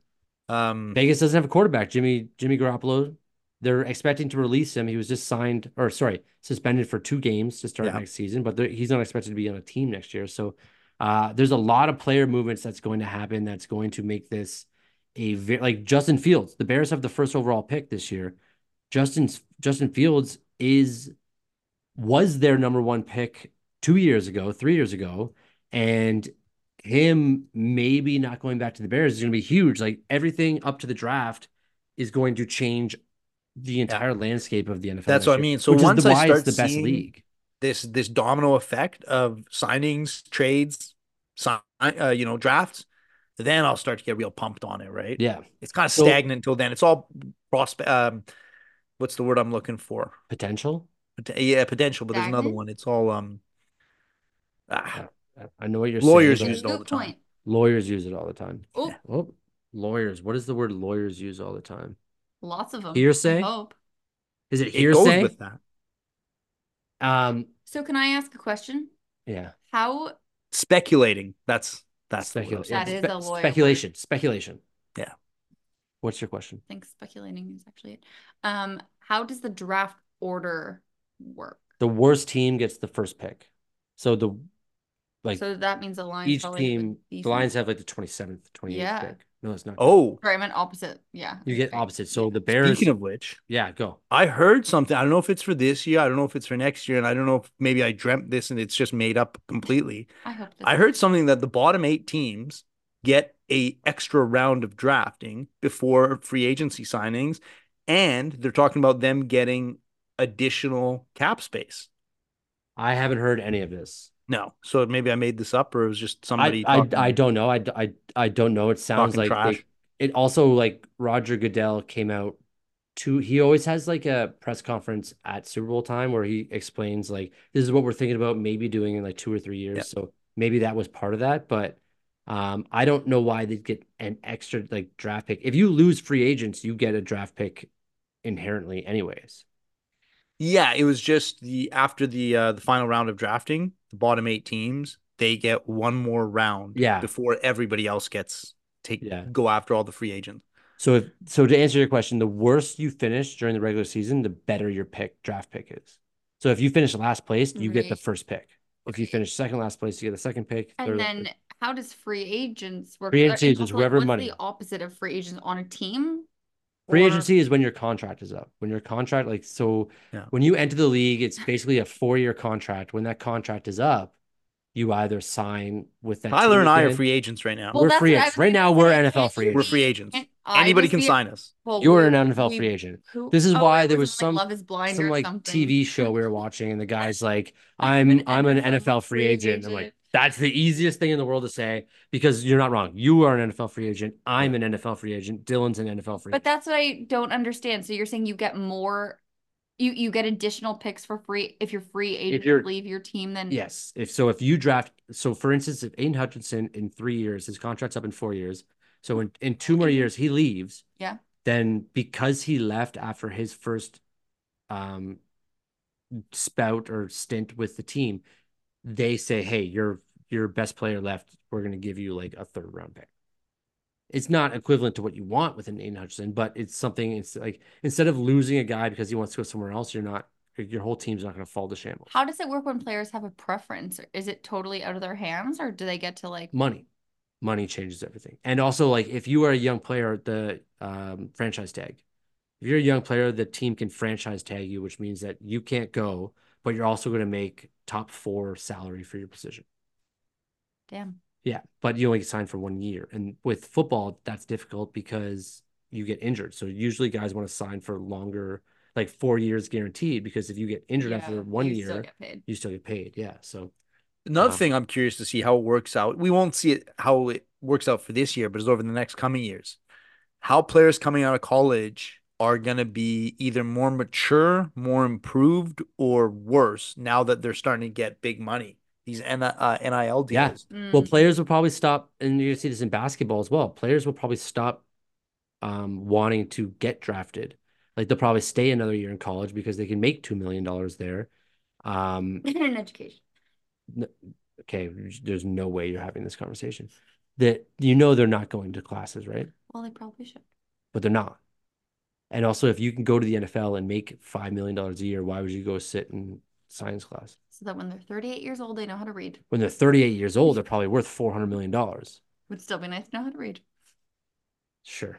Speaker 2: Um,
Speaker 1: Vegas doesn't have a quarterback. Jimmy Jimmy Garoppolo. They're expecting to release him. He was just signed, or sorry, suspended for two games to start
Speaker 2: Yeah.
Speaker 1: next season. But they're- he's not expected to be on a team next year. So uh, there's a lot of player movements that's going to happen. That's going to make this a very like Justin Fields. The Bears have the first overall pick this year. Justin's Justin Fields is was their number one pick two years ago, three years ago, and him maybe not going back to the Bears is going to be huge. Like everything up to the draft is going to change the entire landscape of the NFL.
Speaker 2: That's what I
Speaker 1: next year,
Speaker 2: mean. So
Speaker 1: which
Speaker 2: once
Speaker 1: is the,
Speaker 2: I
Speaker 1: why
Speaker 2: start
Speaker 1: it's the best
Speaker 2: seeing-
Speaker 1: league.
Speaker 2: this this domino effect of signings, trades, sign, uh, you know, drafts. Then I'll start to get real pumped on it, right?
Speaker 1: Yeah,
Speaker 2: It's kind of
Speaker 1: So-
Speaker 2: stagnant until then. It's all prospect. Um, what's the word I'm looking for?
Speaker 1: potential.
Speaker 2: Pot- Yeah, potential, but there's another
Speaker 3: Stagnant?
Speaker 2: one. It's all um ah,
Speaker 1: I- I know what you're
Speaker 2: Lawyers
Speaker 1: saying.
Speaker 2: used
Speaker 1: but
Speaker 2: all the
Speaker 3: Good
Speaker 2: time.
Speaker 3: point.
Speaker 1: Lawyers use it all the time.
Speaker 3: Oh,
Speaker 1: Oh, lawyers. What is the word lawyers use all the time?
Speaker 3: lots of them.
Speaker 1: Hearsay?
Speaker 3: I hope.
Speaker 1: Is it
Speaker 2: it goes
Speaker 1: hearsay?
Speaker 2: with that.
Speaker 1: um,
Speaker 3: So can I ask a question?
Speaker 1: yeah.
Speaker 3: How
Speaker 2: Speculating. That's that's the word I
Speaker 1: Specula-
Speaker 2: was
Speaker 3: That
Speaker 2: looking
Speaker 3: is
Speaker 2: for.
Speaker 3: a lawyer word.
Speaker 1: speculation. Speculation.
Speaker 2: Yeah.
Speaker 1: What's your question?
Speaker 3: I think speculating is actually it. Um, how does the draft order work?
Speaker 1: The worst team gets the first pick. So the like
Speaker 3: so that means the Lions
Speaker 1: each
Speaker 3: probably have a
Speaker 1: team, the
Speaker 3: decent-
Speaker 1: Lions have like the twenty seventh, twenty eighth
Speaker 3: Yeah.
Speaker 1: pick. No, it's not.
Speaker 2: Oh,
Speaker 3: Sorry, I meant opposite. Yeah.
Speaker 1: you
Speaker 3: okay,
Speaker 1: get
Speaker 3: sorry.
Speaker 1: opposite. So
Speaker 3: Yeah.
Speaker 1: the Bears.
Speaker 2: speaking of which,
Speaker 1: yeah, go.
Speaker 2: I heard something. I don't know if it's for this year. I don't know if it's for next year, and I don't know if maybe I dreamt this and it's just made up completely.
Speaker 3: I hope this
Speaker 2: I heard something that the bottom eight teams get a extra round of drafting before free agency signings, and they're talking about them getting additional cap space.
Speaker 1: I haven't heard any of this.
Speaker 2: No. So maybe I made this up or it was just
Speaker 1: I,
Speaker 2: somebody.
Speaker 1: I,
Speaker 2: talking-
Speaker 1: I don't know. I, d- I, I don't know. It sounds
Speaker 2: Talking
Speaker 1: like they-
Speaker 2: trash.
Speaker 1: it also like Roger Goodell came out to he always has like a press conference at Super Bowl time where he explains like this is what we're thinking about maybe doing in like two or three years.
Speaker 2: Yeah.
Speaker 1: So maybe that was part of that, but um I don't know why they'd get an extra like draft pick. If you lose free agents, you get a draft pick inherently anyways.
Speaker 2: Yeah, it was just the after the uh the final round of drafting, the bottom eight teams, they get one more round
Speaker 1: Yeah.
Speaker 2: before everybody else gets take
Speaker 1: Yeah.
Speaker 2: go after all the free agents.
Speaker 1: So if so to answer your question, the worse you finish during the regular season, the better your pick draft pick is. So if you finish last place, you get the
Speaker 3: Right.
Speaker 1: first pick. If you finish second last place, you get the second pick.
Speaker 3: And
Speaker 1: third-
Speaker 3: then how does free agents work?
Speaker 1: Free
Speaker 3: Are- and
Speaker 1: agency is
Speaker 3: also,
Speaker 1: just
Speaker 3: like,
Speaker 1: whoever
Speaker 3: what's
Speaker 1: money.
Speaker 3: the opposite of free agents on a team?
Speaker 1: free
Speaker 3: Or-
Speaker 1: agency is when your contract is up. When your contract, like so
Speaker 2: Yeah.
Speaker 1: when you enter the league, it's basically a four-year contract. When that contract is up, you either sign with that
Speaker 2: Tyler
Speaker 1: team you've
Speaker 2: and I
Speaker 1: been
Speaker 2: are
Speaker 1: in-
Speaker 2: free agents right now.
Speaker 1: Well, We're
Speaker 3: that's
Speaker 1: free
Speaker 3: what I
Speaker 1: agents.
Speaker 3: was
Speaker 1: Right
Speaker 3: gonna
Speaker 1: now, we're
Speaker 3: say.
Speaker 1: NFL free
Speaker 2: We're free
Speaker 3: agents.
Speaker 2: agents.
Speaker 3: And I
Speaker 2: Anybody
Speaker 3: was
Speaker 2: can
Speaker 3: the-
Speaker 2: sign us.
Speaker 3: well,
Speaker 1: You are
Speaker 3: Oh, we-
Speaker 1: an NFL
Speaker 3: we-
Speaker 1: free agent.
Speaker 3: who-
Speaker 1: This is
Speaker 3: oh,
Speaker 1: why
Speaker 3: it
Speaker 1: there was
Speaker 3: wasn't, like,
Speaker 1: some-
Speaker 3: Love is Blind
Speaker 1: Some
Speaker 3: or
Speaker 1: like
Speaker 3: something.
Speaker 1: TV show we were watching, and the guy's like, I'm
Speaker 3: I'm an
Speaker 1: I'm an
Speaker 3: NFL
Speaker 1: NFL free
Speaker 3: free
Speaker 1: agent. I'm like,
Speaker 3: agent.
Speaker 1: that's the easiest thing in the world to say because you're not wrong. You are an NFL free agent. I'm an NFL free agent. Dylan's an NFL free
Speaker 3: But
Speaker 1: agent.
Speaker 3: that's what I don't understand. So you're saying you get more, you you get additional picks for free if you're free agents
Speaker 1: you're-
Speaker 3: leave your team. Then
Speaker 1: Yes. If so, if you draft, so for instance, if Aiden Hutchinson in three years, his contract's up in four years. So in, in two more years, he leaves.
Speaker 3: Yeah.
Speaker 1: Then because he left after his first um spout or stint with the team, they say, Hey, your your best player left. We're gonna give you like a third round pick. It's not equivalent to what you want with an Aiden Hutchinson, but it's something it's like instead of losing a guy because he wants to go somewhere else, you're not your whole team's not gonna fall to shambles.
Speaker 3: how does it work when players have a preference? Is it totally out of their hands, or do they get to like?
Speaker 1: money money changes everything and also like if you are a young player the um, franchise tag if you're a young player the team can franchise tag you which means that you can't go but you're also going to make top four salary for your position
Speaker 3: Damn.
Speaker 1: yeah but you only sign for one year and with football that's difficult because you get injured so usually guys want to sign for longer like four years guaranteed because if you get injured
Speaker 3: Yeah,
Speaker 1: after one
Speaker 3: you
Speaker 1: year
Speaker 3: still get paid.
Speaker 1: you still get paid yeah so
Speaker 2: Another
Speaker 1: Um,
Speaker 2: thing I'm curious to see how it works out. We won't see it how it works out for this year, but it's over the next coming years. How players coming out of college are going to be either more mature, more improved, or worse now that they're starting to get big money. These N- uh, NIL deals.
Speaker 1: Yeah. Well,
Speaker 3: Mm.
Speaker 1: players will probably stop, and you're gonna see this in basketball as well. Players will probably stop um, wanting to get drafted. Like they'll probably stay another year in college because they can make two million dollars there. Um,
Speaker 3: in education.
Speaker 1: okay, there's no way you're having this conversation. That you know they're not going to classes, right?
Speaker 3: Well, they probably should.
Speaker 1: But they're not. And also, if you can go to the NFL and make five million dollars a year, why would you go sit in science class?
Speaker 3: So that when they're 38 years old, they know how to read.
Speaker 1: When they're 38 years old, they're probably worth four hundred million dollars.
Speaker 3: Would still be nice to know how to read.
Speaker 1: Sure.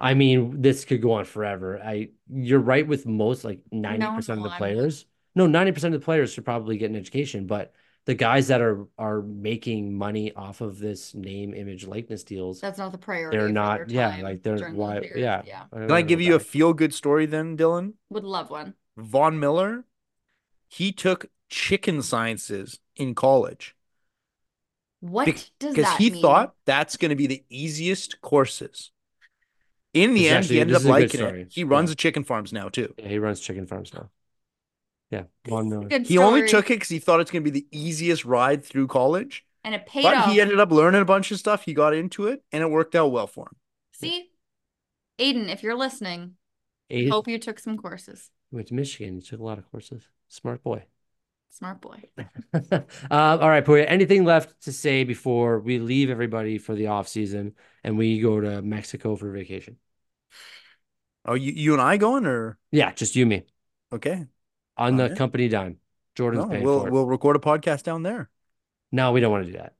Speaker 1: I mean, this could go on forever. I you're right with most like 90% of the
Speaker 3: I'm not.
Speaker 1: players. No, 90% of the players should probably get an education, but the guys that are are making money off of this name, image, likeness deals,
Speaker 3: That's not the priority.
Speaker 1: They're
Speaker 3: for
Speaker 1: not-
Speaker 3: their
Speaker 1: yeah,
Speaker 3: time
Speaker 1: like, they're-
Speaker 3: during those
Speaker 1: why-
Speaker 3: years.
Speaker 1: yeah.
Speaker 3: yeah.
Speaker 1: I
Speaker 2: Can I
Speaker 1: don't
Speaker 2: give
Speaker 1: know
Speaker 2: you a
Speaker 1: about-
Speaker 2: feel good story then, Dylan?
Speaker 3: Would love one.
Speaker 2: Von Miller, he took chicken sciences in college
Speaker 3: What does
Speaker 2: because
Speaker 3: that
Speaker 2: he
Speaker 3: mean?
Speaker 2: thought that's going to be the easiest courses. In the
Speaker 1: This is
Speaker 2: end,
Speaker 1: actually-
Speaker 2: he ended
Speaker 1: this is a
Speaker 2: up
Speaker 1: good
Speaker 2: liking
Speaker 1: story.
Speaker 2: it. He
Speaker 1: Yeah.
Speaker 2: runs a chicken farms now too.
Speaker 1: Yeah, he runs chicken farms now. Yeah, Von Miller.
Speaker 3: Good
Speaker 2: He only
Speaker 3: story.
Speaker 2: took it because he thought it's going to be the easiest ride through college.
Speaker 3: and it paid
Speaker 2: but
Speaker 3: off.
Speaker 2: he ended up learning a bunch of stuff. He got into it, and it worked out well for him.
Speaker 3: See, Aiden, if you're listening,
Speaker 1: Aiden
Speaker 3: hope you took some courses.
Speaker 1: went to Michigan. He took a lot of courses. Smart boy.
Speaker 3: Smart boy.
Speaker 1: Um, all right, Puya, anything left to say before we leave everybody for the off season and we go to Mexico for vacation?
Speaker 2: Are you you and I going or
Speaker 1: Yeah, just you, and me.
Speaker 2: okay?
Speaker 1: on the
Speaker 2: Okay.
Speaker 1: company dime. Jordan's
Speaker 2: No,
Speaker 1: paying
Speaker 2: we'll
Speaker 1: for it.
Speaker 2: we'll record a podcast down there.
Speaker 1: no, we don't want to do that.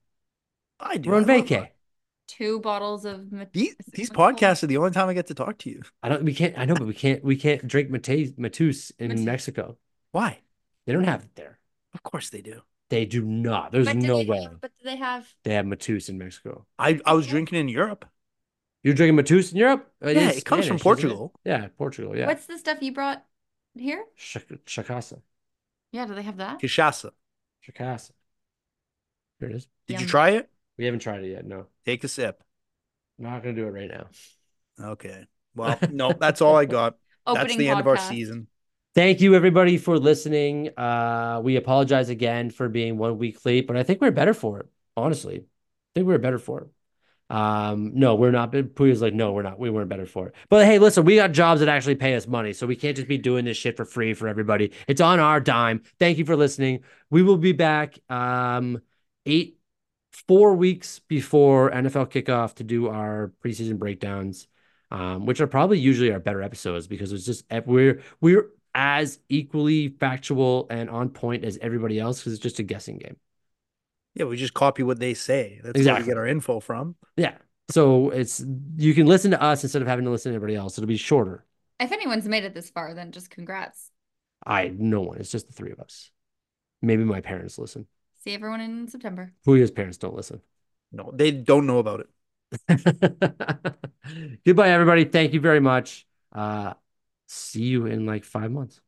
Speaker 2: I do.
Speaker 1: We're on
Speaker 2: I love
Speaker 1: vacay.
Speaker 2: that.
Speaker 3: Two bottles of Mat-
Speaker 2: These
Speaker 3: is it
Speaker 2: these
Speaker 3: what it's called?
Speaker 2: podcasts are the only time I get to talk to you.
Speaker 1: I don't. We can't. I know, but we can't. We can't drink mate matus in
Speaker 3: Matus.
Speaker 1: Mexico.
Speaker 2: Why?
Speaker 1: They don't have it there.
Speaker 2: Of course they do.
Speaker 1: They do not. There's
Speaker 3: But do
Speaker 1: no
Speaker 3: they,
Speaker 1: way
Speaker 3: But do they have
Speaker 1: they have matus in Mexico.
Speaker 2: I I was
Speaker 3: Okay.
Speaker 2: drinking in Europe.
Speaker 1: You're drinking matus in Europe? Uh,
Speaker 2: yeah,
Speaker 1: it's
Speaker 2: it comes from
Speaker 1: Spanish, isn't it?
Speaker 2: Portugal.
Speaker 1: Yeah, Portugal. Yeah,
Speaker 3: what's the stuff you brought here?
Speaker 1: Chac- Chacasa.
Speaker 3: Yeah, do they have that?
Speaker 2: Kishasa.
Speaker 1: Chicasa. Here it is.
Speaker 2: Did you
Speaker 3: Yum.
Speaker 2: try it?
Speaker 1: We haven't tried it yet. No,
Speaker 2: Take a sip.
Speaker 1: not gonna do it right now.
Speaker 2: Okay. Well, no, that's all I got. that's
Speaker 3: Opening
Speaker 2: the end of our
Speaker 3: podcast.
Speaker 2: season.
Speaker 1: Thank you, everybody, for listening. Uh, we apologize again for being one week late, but I think we're better for it. Honestly, I think we're better for it. Um, no, we're not. Puya's like, no, we're not. We weren't better for it. But hey, listen, we got jobs that actually pay us money, so we can't just be doing this shit for free for everybody. It's on our dime. Thank you for listening. We will be back um, eight, four weeks before NFL kickoff to do our preseason breakdowns um, which are probably usually our better episodes because it's just ep- we're we're as equally factual and on point as everybody else because it's just a guessing game.
Speaker 2: Yeah, we just copy what they say. That's where we
Speaker 1: Exactly.
Speaker 2: get our info from.
Speaker 1: Yeah. So it's you can listen to us instead of having to listen to everybody else. It'll be shorter.
Speaker 3: If anyone's made it this far, then just congrats.
Speaker 1: I no one. It's just the three of us. Maybe my parents listen.
Speaker 3: See everyone in September.
Speaker 1: Julia's parents don't listen.
Speaker 2: No, they don't know about it.
Speaker 1: Goodbye, everybody. Thank you very much. Uh, see you in like five months.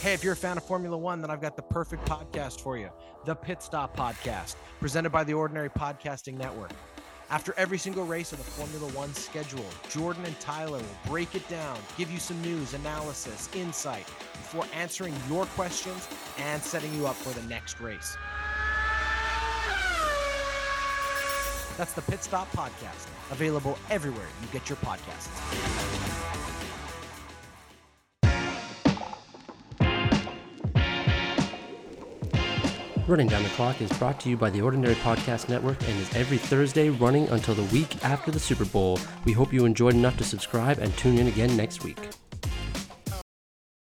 Speaker 4: Hey, if you're a fan of Formula One, then I've got the perfect podcast for you the Pit Stop Podcast, presented by the Ordinary Podcasting Network. After every single race of the Formula One schedule, Jordan and Tyler will break it down, give you some news, analysis, insight before answering your questions and setting you up for the next race. That's the Pit Stop Podcast, available everywhere you get your podcasts.
Speaker 1: Running Down the Clock is brought to you by the Ordinary Podcast Network and is every Thursday running until the week after the Super Bowl. We hope you enjoyed enough to subscribe and tune in again next week.